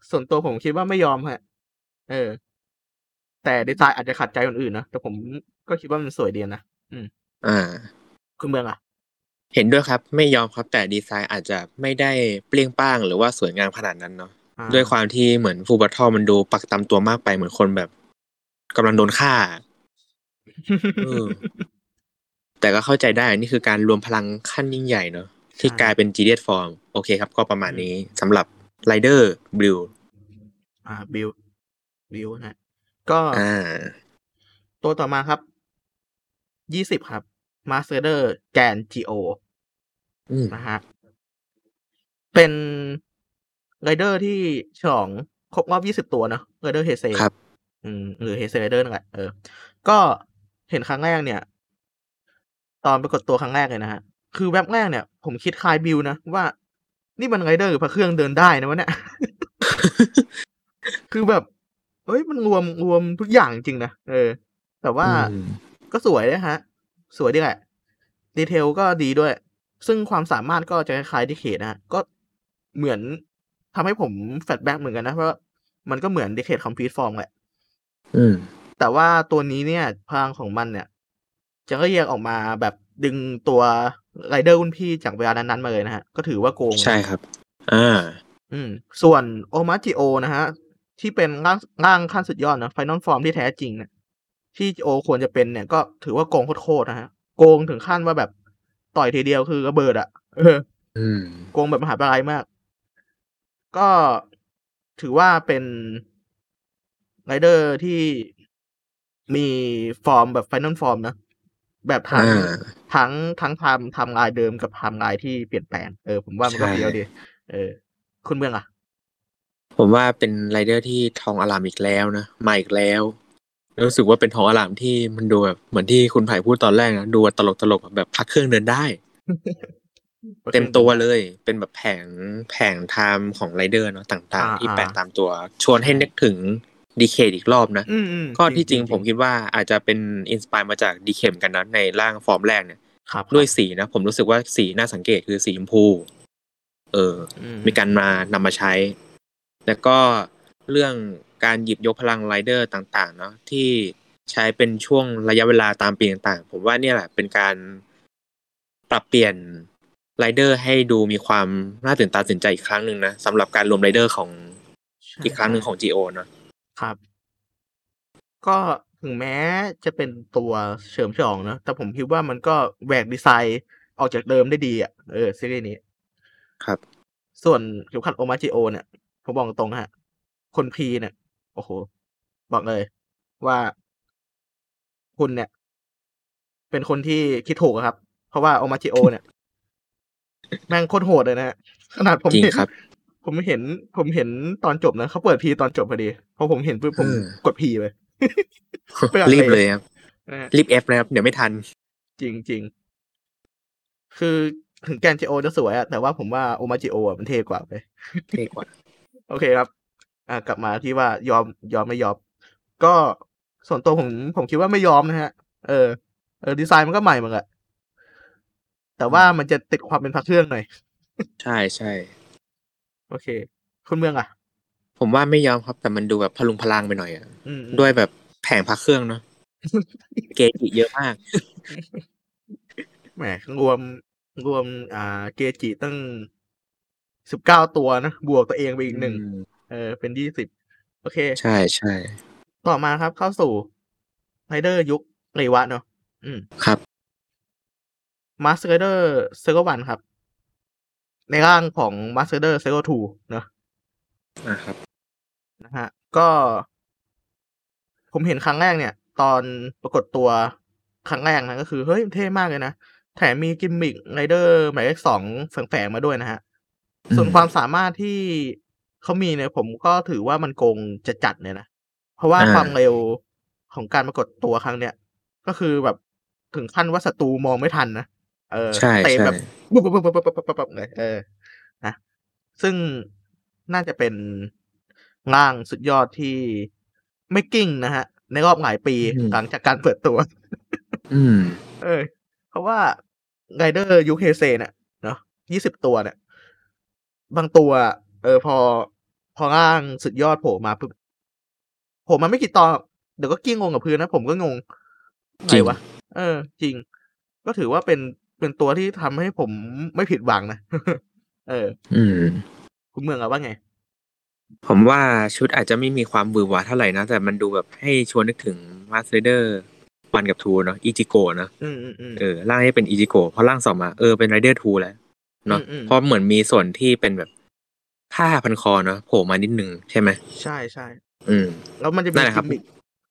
[SPEAKER 1] ส่วนตัวผมคิดว่าไม่ยอมฮะ เออ แต่ดีไซน์อาจจะขัดใจคนอื่นนะ แต่ผมก็คิดว่ามันสวยดีนะ
[SPEAKER 2] อ่า
[SPEAKER 1] คุณเมืองอ่ะ
[SPEAKER 2] เห็นด้วยครับ ไม่ยอมครับ แต่ดีไซน์อาจจะไม่ได้เปรี้ยงป้างหรือว่าสวยงามขนาดนั้นเนาะ
[SPEAKER 1] อ่า
[SPEAKER 2] ด้วยความที่เหมือนฟูลบัตทอมันดูปักตำตัวมากไปเหมือนคนแบบกำลังโดน
[SPEAKER 1] [laughs]
[SPEAKER 2] ฆ่า เออ แต่ก็เข้าใจได้นี่คือการรวมพลังขั้นยิ่งใหญ่เนาะที่กลายเป็นจีเดียฟอร์มโอเคครับ ก็ประมาณนี้สำหรับไรเดอร์บลิว
[SPEAKER 1] อ่า บิว บิวนะ ก็
[SPEAKER 2] อ่า
[SPEAKER 1] ตัวต่อมาครับ ยี่สิบครับ มาสเตอร์แกนจีโอ
[SPEAKER 2] อืม
[SPEAKER 1] นะฮะ เป็นไรเดอร์ที่ฉลองครบรอบ 20 ตัวเนอะไรเดอร์เฮเซ
[SPEAKER 2] ครับ
[SPEAKER 1] อืมหรือเฮเซไรเดอร์นั่นแหละเออ ก็เห็นครั้งแรกเนี่ย ตอนปรากฏตัวครั้งแรกเลยนะฮะ คือแว็บแรกเนี่ย ผมคิดคลายบิวนะ ว่า นี่มันไรเดอร์หรือพระเครื่องเดินได้นะ
[SPEAKER 2] [laughs]
[SPEAKER 1] วะเนี่ย คือแบบ เอ้ย มันรวมรวมทุกอย่างจริงนะ เออ แต่ว่า
[SPEAKER 2] อืม
[SPEAKER 1] ก็สวยนะฮะ สวยดีแหละ ดีเทลก็ดีด้วย ซึ่งความสามารถก็จะคล้ายๆดิเคทนะฮะก็เหมือนทำให้ผมแฟลชแบ็กเหมือนกันนะ เพราะว่ามันก็เหมือนดิเคทคอมพิวต์ฟอร์มแหละ
[SPEAKER 2] อืม
[SPEAKER 1] แต่ว่าตัวนี้เนี่ยพลังของมันเนี่ย จะก็แยกออกมาแบบดึงตัวไรเดอร์รุ่นพี่จากเวลานั้นๆมาเลยนะฮะ ก็ถือว่าโกงนะ
[SPEAKER 2] ใช่ครับ อ่า
[SPEAKER 1] อืม ส่วนโอมาจิโอนะฮะ ที่เป็นร่างร่างขั้นสุดยอดนะไฟนอลฟอร์มที่แท้จริงเนี่ยที่โอควรจะเป็นเนี่ยก็ถือว่าโกงโคตรๆนะฮะ โกงถึงขั้นว่าแบบต่อยทีเดียวคือระเบิดอะ [laughs] เออ
[SPEAKER 2] อืม
[SPEAKER 1] โกงแบบมหาปลายมาก ก็ถือว่าเป็นไรเดอร์ที่มีฟอร์มแบบไฟนอลฟอร์มนะ แบบทั้ง
[SPEAKER 2] อ่า
[SPEAKER 1] ทั้งทั้งไทำทำลายเดิมกับไทำลายที่เปลี่ยนแปลงเออผมว่ามันก็เฟี้ยวดี เออ คุณเมืองอะ
[SPEAKER 2] ผมว่าเป็นไรเดอร์ที่ทองอลามอีกแล้วนะมาอีกแล้ว รู้สึกว่าเป็นทองอลามที่มันดูแบบเหมือนที่คุณไผ่พูดตอนแรกนะดูตลกตลกๆแบบพักเครื่องเดินได้ เต็มตัวเลย เป็นแบบแผงแผงไทม์ของไรเดอร์เนาะต่าง
[SPEAKER 1] อ่า
[SPEAKER 2] ๆ ที่
[SPEAKER 1] อ่า
[SPEAKER 2] แปะตามตัว ชวนให้นึกถึงดีเคอีกรอบนะ
[SPEAKER 1] อืมอืม
[SPEAKER 2] ก็ที่จริงผมคิดว่าอาจจะเป็นอินสปายมาจากดีเคมอนกันนะในร่างฟอร์มแรกเนี่ย
[SPEAKER 1] ครับ
[SPEAKER 2] ด้วยสีนะ ผมรู้สึกว่าสีน่าสังเกตคือสีชมพู เออ
[SPEAKER 1] อื
[SPEAKER 2] มีการมานำมาใช้ แล้วก็เรื่องการหยิบยกพลังไรเดอร์ต่างๆ เนาะที่ใช้เป็นช่วงระยะเวลาตามปีต่างๆ ผมว่าเนี่ยแหละเป็นการปรับเปลี่ยนไรเดอร์ให้ดูมีความน่าตื่นตาตื่นใจอีกครั้งหนึ่งนะสำหรับการรวมไรเดอร์ของ
[SPEAKER 1] ใช่
[SPEAKER 2] อีกครั้งหนึ่งของ GO เนาะ
[SPEAKER 1] ครับ ก็ถึงแม้จะเป็นตัวเฉลิมฉลองเนอะแต่ผมคิดว่ามันก็แหวกดีไซน์ออกจากเดิมได้ดีอ่ะเออซีรีส์นี้
[SPEAKER 2] ครับ
[SPEAKER 1] ส่วนเข็มขัดโอมาจิโอเนี่ย ผมบอกตรงฮะ คนพีเนี่ย โอ้โห บอกเลย ว่าคุณเนี่ย เป็นคนที่คิดถูกอะครับ เพราะว่าโอมาจิโอเนี่ย แม่งโคตรโหดเลยนะฮะขนาดผม
[SPEAKER 2] จริง
[SPEAKER 1] เห็น
[SPEAKER 2] ครับ
[SPEAKER 1] ผมเห็น ผมเห็นตอนจบนะเขาเปิดพีตอนจบพอดีพอผมเห็นปุ๊บผม
[SPEAKER 2] เออ
[SPEAKER 1] กดพีเลย ไม่อยาก
[SPEAKER 2] รีบ [laughs]
[SPEAKER 1] เลย
[SPEAKER 2] เลยครับ
[SPEAKER 1] นะฮะ
[SPEAKER 2] รีบเอฟนะครับ เดี๋ยวไม่ทัน
[SPEAKER 1] จริงจริง คือถึงแกนจิโอจะสวยอะแต่ว่าผมว่าโอมาจิโอะมันเท่กว่าไป
[SPEAKER 2] เท่กว่า
[SPEAKER 1] โอเคครับ อ่ากลับมาที่ว่ายอมยอมไม่ยอม ก็ส่วนตัวผมผมคิดว่าไม่ยอมนะฮะ เออ เออดีไซน์มันก็ใหม่เหมือนกันแต่ว่ามันจะติดความเป็นพระเครื่องหน่อย
[SPEAKER 2] ใช่ใช่
[SPEAKER 1] โอเค คุณเมืองอ่ะ
[SPEAKER 2] ผมว่าไม่ยอมครับแต่มันดูแบบพลุงพลังไปหน่อยอะ
[SPEAKER 1] อืม
[SPEAKER 2] ด้วยแบบแผงพักเครื่องเนาะ
[SPEAKER 1] [laughs]
[SPEAKER 2] เกจิเยอะมาก
[SPEAKER 1] แหมรวมรวม อ่า เกจิตั้งสิบเก้าตัวนะ บวกตัวเองไปอีกหนึ่ง เออ เป็นยี่สิบ โอเค
[SPEAKER 2] ใช่ใช่
[SPEAKER 1] ต่อมาครับเข้าสู่ไรเดอร์ยุคเรวะเนาะอืม
[SPEAKER 2] ครับ
[SPEAKER 1] มาสเตอร์เซโกวันครับ ในร่างของมาสเตอร์เซโกทูเนาะ
[SPEAKER 2] อ่ะครับ
[SPEAKER 1] นะฮะ ก็ ผมเห็นครั้งแรกเนี่ย ตอนปรากฏตัวครั้งแรกนะก็คือ เฮ้ยมันเท่มากเลยนะ แถมมีกิมมิกไรเดอร์หมายเลขสองแฝงๆมาด้วยนะฮะ
[SPEAKER 2] อืม
[SPEAKER 1] ส่วนความสามารถที่เขามีเนี่ย ผมก็ถือว่ามันโกงจะจัดเนี่ยนะ เพราะว่า
[SPEAKER 2] อ่า
[SPEAKER 1] ความเร็วของการปรากฏตัวครั้งเนี่ย ก็คือแบบถึงขั้นว่าศัตรูมองไม่ทันนะเออ
[SPEAKER 2] ใช่
[SPEAKER 1] เตะ
[SPEAKER 2] ใช่
[SPEAKER 1] แบบ ปุ๊บปุ๊บปุ๊บปุ๊บปุ๊บปุ๊บปุ๊บเลยเออนะซึ่งน่าจะเป็นร่างสุดยอดที่ไม่กิ้งนะฮะ ในรอบหลายปีหลังจากการเปิดตัว
[SPEAKER 2] อืม
[SPEAKER 1] เออ เพราะว่าไรเดอร์ยุคเฮเซเนี่ยเนาะยี่สิบตัวเนี่ย บางตัว เออ พอ พอร่างสุดยอดโผล่มาปุ๊บโผล่มาไม่กี่ตอนเดี๋ยวก็กิ้งงงกับพื้นนะผมก็งงไหน
[SPEAKER 2] จริง
[SPEAKER 1] วะเออ จริง ก็ถือว่าเป็นเป็นตัวที่ทำให้ผมไม่ผิดหวังนะ [laughs] เออ
[SPEAKER 2] อืม
[SPEAKER 1] คุณเมืองอะว่าไง
[SPEAKER 2] ผมว่าชุดอาจจะไม่มีความบือหวาเท่าไหร่นะ แต่มันดูแบบให้ชวนนึกถึงมาสเดอร์วันกับทูเนาะอิจิโกะเนาะ
[SPEAKER 1] อืมอืมอืม
[SPEAKER 2] เออร่างนี้เป็นอิจิโกะเพราะร่างสองมาเออเป็นไรเดอร์ทูแล้วเนาะ
[SPEAKER 1] อืมอืม
[SPEAKER 2] เพราะเหมือนมีส่วนที่เป็นแบบผ้าพันคอเนาะโผล่มานิดนึงใช่ไหม
[SPEAKER 1] ใช่ใช่
[SPEAKER 2] อืม
[SPEAKER 1] แล้วมันจะมี
[SPEAKER 2] นั่นแหละค
[SPEAKER 1] กิ
[SPEAKER 2] รับ
[SPEAKER 1] มมิก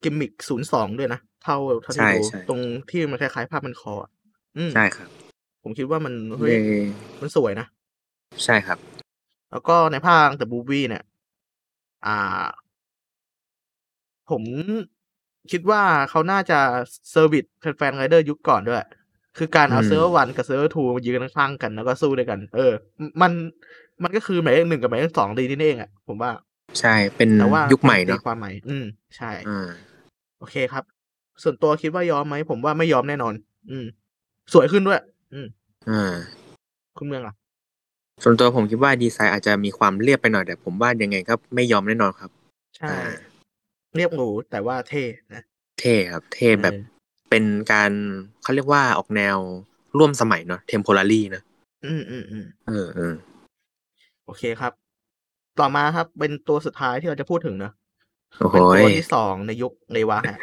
[SPEAKER 1] กิมมิกศูนย์สองด้วยนะ เท่าเท่า
[SPEAKER 2] ใช่
[SPEAKER 1] ที่ดู
[SPEAKER 2] ใช่
[SPEAKER 1] ตรงที่มันคล้ายๆภาพมันคออะอืม
[SPEAKER 2] ใช่ครับ
[SPEAKER 1] ผมคิดว่ามันเฮ้ย
[SPEAKER 2] เย้
[SPEAKER 1] มันสวยนะ
[SPEAKER 2] ใช่ครับ
[SPEAKER 1] แล้วก็ในภาค The Movie เนี่ย อ่า ผมคิดว่าเขาน่าจะเซอร์วิสแฟนๆไรเดอร์ยุคก่อนด้วย คือการเอา
[SPEAKER 2] อืม
[SPEAKER 1] เซิร์ฟวันกับเซิร์ฟทูมายืนข้างๆกันแล้วก็สู้ด้วยกัน เออ มันมันก็คือหมายเลขหนึ่งกับหมายเลขสองดีนี่เองอะผมว่า
[SPEAKER 2] ใช่เป็น
[SPEAKER 1] แต่ว่า
[SPEAKER 2] ยุคใหม่
[SPEAKER 1] ตี
[SPEAKER 2] เนาะ
[SPEAKER 1] ความใหม่ อืม ใช่
[SPEAKER 2] อ่า
[SPEAKER 1] โอเคครับ ส่วนตัวคิดว่ายอมไหม ผมว่าไม่ยอมแน่นอน อืม สวยขึ้นด้วย อืม
[SPEAKER 2] อ่า
[SPEAKER 1] คุณเมืองล่ะ
[SPEAKER 2] ส่วนตัวผมคิดว่าดีไซน์อาจจะมีความเรียบไปหน่อยแต่ผมว่ายังไงก็ไม่ยอมแน่นอนครับ
[SPEAKER 1] ใช่
[SPEAKER 2] อ่า
[SPEAKER 1] เรียบหรูแต่ว่าเท่นะ
[SPEAKER 2] เท่ครับ เท่แบบ
[SPEAKER 1] เออ
[SPEAKER 2] เป็นการเขาเรียกว่าออกแนวร่วมสมัยเนาะเทมโพลารีเนาะ
[SPEAKER 1] อืมอืมอืม
[SPEAKER 2] เออเออ
[SPEAKER 1] โอเคครับ ต่อมาครับ เป็นตัวสุดท้ายที่เราจะพูดถึงเนอะ
[SPEAKER 2] โอ้โห
[SPEAKER 1] เป็น
[SPEAKER 2] ย
[SPEAKER 1] ตัวที่สองในยุคในวะ
[SPEAKER 2] [laughs]
[SPEAKER 1] ฮะ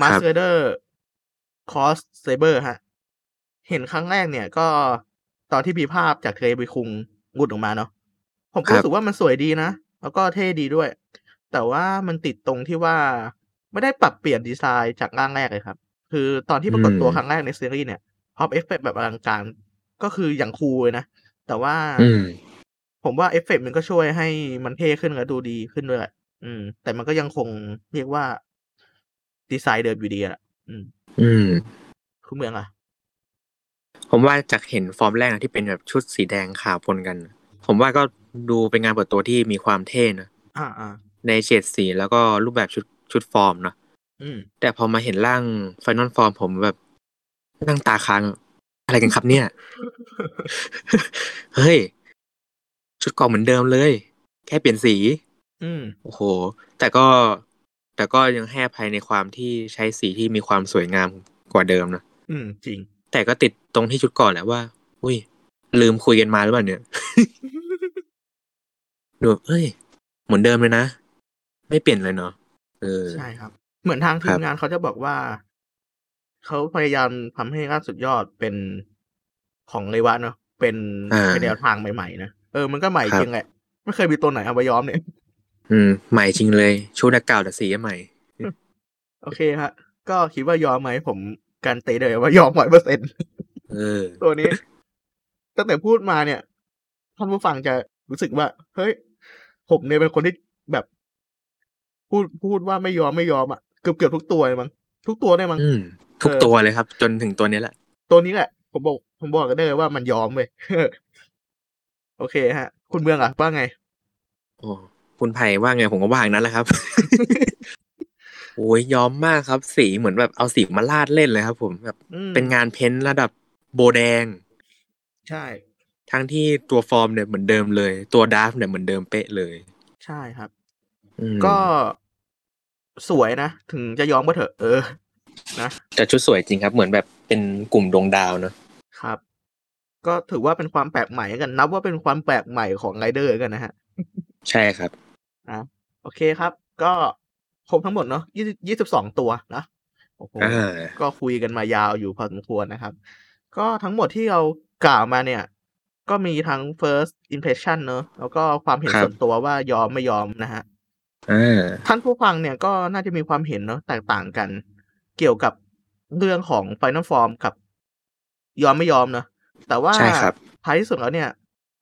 [SPEAKER 1] มาสเตอร์เดอร์คอสเซเบอร์ฮะ เห็นครั้งแรกเนี่ย ก็ตอนที่มีภาพจากเทรบิคุงหลุดออกมาเนาะผมก็
[SPEAKER 2] ครับ
[SPEAKER 1] รู้สึกว่ามันสวยดีนะ แล้วก็เท่ดีด้วย แต่ว่ามันติดตรงที่ว่าไม่ได้ปรับเปลี่ยนดีไซน์จากร่างแรกเลยครับ คือตอนที่ปรากฏตัวครั้งแรกในซีรีส์เนี่ยพอเอฟเฟกแบบอลังการก็คืออย่างคูลเลยนะ แต่ว่า
[SPEAKER 2] อืม
[SPEAKER 1] ผมว่าเอฟเฟกต์มันก็ช่วยให้มันเท่ขึ้นและดูดีขึ้นด้วยแหละอืม แต่มันก็ยังคงเรียกว่าดีไซน์เดิมอยู่ดีอะอืม
[SPEAKER 2] อืม
[SPEAKER 1] คุณเมืองอะ
[SPEAKER 2] ผมว่าจากเห็นฟอร์มแรกนะที่เป็นแบบชุดสีแดงขาวปนกัน ผมว่าก็ดูเป็นงานเปิดตัวที่มีความเท่นะ
[SPEAKER 1] อ่าอ่า
[SPEAKER 2] ในเฉดสีแล้วก็รูปแบบชุดชุดฟอร์มเนาะ
[SPEAKER 1] อืม
[SPEAKER 2] แต่พอมาเห็นร่างไฟนอลฟอร์มผมแบบนั่งตาค้างอะไรกันครับเนี่ย [laughs] เฮ้ย ชุดเกองเหมือนเดิมเลย แค่เปลี่ยนสี
[SPEAKER 1] อืม
[SPEAKER 2] โอ้โห แต่ก็แต่ก็ยังให้อภัยในความที่ใช้สีที่มีความสวยงามกว่าเดิมนะ
[SPEAKER 1] อืม จริง
[SPEAKER 2] แต่ก็ติดตรงที่ชุดก่อนแหละว่า อุ้ย ลืมคุยกันมาหรือเปล่าเนี่ย [laughs] ดูแบบเอ้ย เหมือนเดิมเลยนะ ไม่เปลี่ยนเลยเนาะเออ
[SPEAKER 1] ใช่ครับ เหมือนทางที
[SPEAKER 2] ครั
[SPEAKER 1] ม
[SPEAKER 2] บ
[SPEAKER 1] งานเขาจะบอกว่า เขาพยายามทำให้ล่าสุดยอดเป็นของเลวะเนาะเป็น
[SPEAKER 2] อ่า
[SPEAKER 1] เป็นแนวทางใหม่ๆนะเออมันก็ใหม่
[SPEAKER 2] ครับ
[SPEAKER 1] จริงแหละไม่เคยมีตัวไหนเอามาย้อมเนี่ย
[SPEAKER 2] อืม ใหม่จริงเลย ชุดเก่าแต่สีใหม่
[SPEAKER 1] โอเคฮะ ก็คิดว่ายอมไหมผมการนตีเลยว่ายอมร้อยเปอร์เซ็น
[SPEAKER 2] เออ
[SPEAKER 1] ตัวนี้ ตั้งแต่พูดมาเนี่ยท่านผู้ฟังจะรู้สึกว่า เฮ้ย ผมเนี่ยเป็นคนที่แบบ พูดพูดว่าไม่ยอมไม่ยอมอ่ะเกือบเกือบทุกตัวเลยมั้งทุกตัวเลยมั้ง
[SPEAKER 2] อืม ทุกตัวเลยครับ จนถึงตัวเนี้ยแหละ
[SPEAKER 1] ตัวนี้แหละ ผมบอก ผมบอกกันได้เลยว่ามันยอมเว้ย [laughs] โอเคฮะ คุณเมืองอ่ะว่าไง
[SPEAKER 2] โอ้คุณไผ่ว่าไงผมก็ว่าอย่างนั้นแหละครับ [laughs] โอ้ยยอมมากครับ สีเหมือนแบบเอาสีมาลาดเล่นเลยครับ ผมแบบ
[SPEAKER 1] อืม
[SPEAKER 2] เป็นงานเพ้นท์ระดับโบแดง
[SPEAKER 1] ใช่
[SPEAKER 2] ทั้งที่ตัวฟอร์มเนี่ยเหมือนเดิมเลย ตัวดราฟต์เนี่ยเหมือนเดิมเป๊ะเลย
[SPEAKER 1] ใช่ครับ
[SPEAKER 2] อืม
[SPEAKER 1] ก็สวยนะ ถึงจะยอมก็เถอะ เออ
[SPEAKER 2] แต่ชุดสวยจริงครับ เหมือนแบบเป็นกลุ่มดวงดาวเนอะ
[SPEAKER 1] ครับ ก็ถือว่าเป็นความแปลกใหม่กัน นับว่าเป็นความแปลกใหม่ของไรเดอร์กันนะฮะ
[SPEAKER 2] ใช่ครับ
[SPEAKER 1] โอเคครับ ก็ครบทั้งหมดเนาะยี่ยี่สิบสองตัวนะโอ้โห
[SPEAKER 2] อ่า
[SPEAKER 1] ก็คุยกันมายาวอยู่พอสมควรนะครับ ก็ทั้งหมดที่เรากล่าวมาเนี่ย ก็มีทั้ง first impression เนอะแล้วก็ความเห็น
[SPEAKER 2] ครับ
[SPEAKER 1] ส่วนตัวว่ายอมไม่ยอมนะฮะ
[SPEAKER 2] อ่า
[SPEAKER 1] ท่านผู้ฟังเนี่ยก็น่าจะมีความเห็นเนาะแตกต่างกัน เกี่ยวกับเรื่องของ Final Form กับ ยอมไม่ยอมเนาะแต่ว่า
[SPEAKER 2] ใช่ครับ
[SPEAKER 1] ท้ายที่สุดแล้วเนี่ย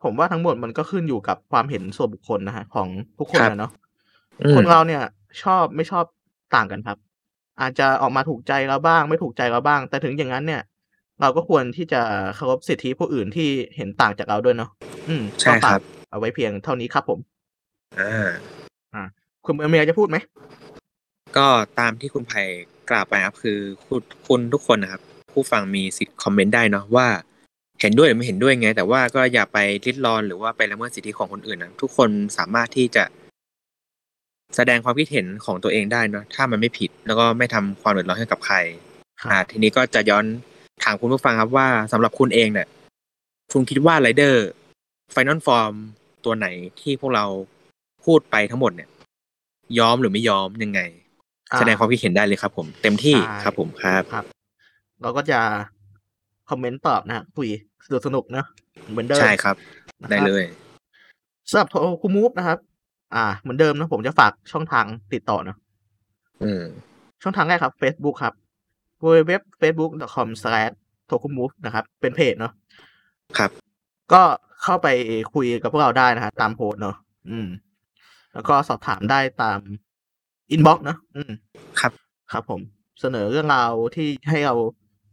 [SPEAKER 1] ผมว่าทั้งหมดมันก็ขึ้นอยู่กับความเห็นส่วนบุคคลนะฮะของทุกคน
[SPEAKER 2] ครับ
[SPEAKER 1] นะเนาะ
[SPEAKER 2] อืม
[SPEAKER 1] คนเราเนี่ยชอบไม่ชอบต่างกันครับ อาจจะออกมาถูกใจเราบ้าง ไม่ถูกใจเราบ้าง แต่ถึงอย่างนั้นเนี่ย เราก็ควรที่จะเคารพสิทธิผู้อื่นที่เห็นต่างจากเราด้วยเนาะอืม
[SPEAKER 2] ใช่
[SPEAKER 1] ก็
[SPEAKER 2] ค
[SPEAKER 1] ฝา
[SPEAKER 2] รั
[SPEAKER 1] ก
[SPEAKER 2] บ
[SPEAKER 1] เอาไว้เพียงเท่านี้ครับผม
[SPEAKER 2] อ่า
[SPEAKER 1] คุณเมียจะพูดไหม
[SPEAKER 2] ก็ตามที่คุณไผ่กล่าวไปครับคือคุณคุณทุกคนนะครับ ผู้ฟังมีสิทธิ์คอมเมนต์ได้เนาะว่า เห็นด้วยหรือไม่เห็นด้วยไง แต่ว่าก็อย่าไปริดรอนหรือว่าไปละเมิดสิทธิของคนอื่นนะทุกคนสามารถที่จะแสดงความคิดเห็นของตัวเองได้เนาะถ้ามันไม่ผิด แล้วก็ไม่ทำความเดือดร้อนให้กับใคร อ่าทีนี้ก็จะย้อนถามคุณผู้ฟังครับว่าสำหรับคุณเองเนี่ยคุณคิดว่าไรเดอร์ไฟนอลฟอร์มตัวไหนที่พวกเราพูดไปทั้งหมดเนี่ย ยอมหรือไม่ยอมยังไง
[SPEAKER 1] อ่
[SPEAKER 2] แสดงความคิดเห็นได้เลยครับ ผมเต็มที่
[SPEAKER 1] ใช่
[SPEAKER 2] ครับผมครับ
[SPEAKER 1] ครับ เราก็จะคอมเมนต์ตอบนะฮะคุยสนุกสนุกๆเนาะเหมือนเดิม
[SPEAKER 2] ใช่ครับ
[SPEAKER 1] นะ
[SPEAKER 2] ได้เลย
[SPEAKER 1] สำหรับคุณมูฟนะครับ อ่า เหมือนเดิมนะผมจะฝากช่องทางติดต่อเนาะ
[SPEAKER 2] อืม
[SPEAKER 1] ช่องทางแรกครับ Facebook ครับ w w w f a c e b o o k c o m t o k u m o v e นะครับ เป็นเพจเนาะ
[SPEAKER 2] ครับ
[SPEAKER 1] ก็เข้าไปคุยกับพวกเราได้นะฮะตามโพสต์เนาะอืม แล้วก็สอบถามได้ตามอินบ็อกซ์เนาะอืม
[SPEAKER 2] ครับ
[SPEAKER 1] ครับผมเสนอเรื่องราวที่ให้เรา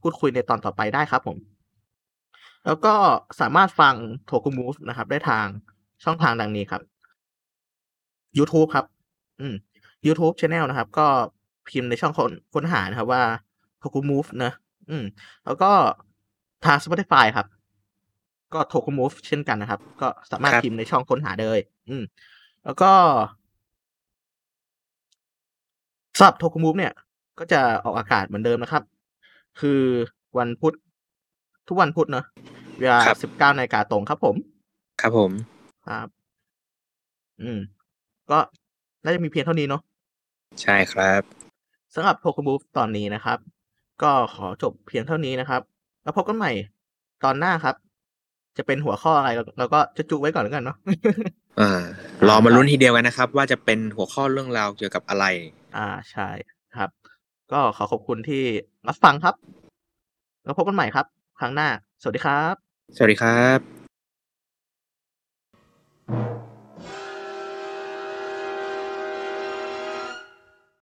[SPEAKER 1] พูดคุยในตอนต่อไปได้ครับผม แล้วก็สามารถฟังโทคุมูฟนะครับ ได้ทางช่องทางดังนี้ครับ YouTube ครับ อืม YouTube Channel นะครับ ก็พิมพ์ในช่องค้นค้นหานะครับว่า t o k u Move นะ อืม แล้วก็ทาง Spotify ครับ ก็ t o k u Move เช่นกันนะครับ ก็สามารถ
[SPEAKER 2] ครับ
[SPEAKER 1] พิมพ์ในช่องค้นหาเลย อืม แล้วก็สำหรับ t o k u Move เนี่ย ก็จะออกอากาศเหมือนเดิมนะครับ คือวันพุธทุกวันพุธเนอะเวลา
[SPEAKER 2] ครับ
[SPEAKER 1] สิบเก้านาฬิกาตรงครับผม
[SPEAKER 2] ครับผม
[SPEAKER 1] ครับ อืม ก็น่าจะมีเพียงเท่านี้เนาะ
[SPEAKER 2] ใช่ครับ
[SPEAKER 1] สำหรับโ o ก o บูฟตอนนี้นะครับ ก็ขอจบเพียงเท่านี้นะครับ แล้วพบกันใหม่ตอนหน้าครับ จะเป็นหัวข้ออะไรเราเราก็จะจุไว้ก่อนแล้วกันเนาะ [laughs]
[SPEAKER 2] อ่า รอมาลุ้นทีเดียวกันนะครับ ว่าจะเป็นหัวข้อเรื่องราวเกี่ยวกับอะไร
[SPEAKER 1] อ่าใช่ครับ ก็ขอขอบคุณที่รับฟังครับ แล้วพบกันใหม่ครับ ครั้งหน้า สวัสดีครับ
[SPEAKER 2] สวัสดีครับ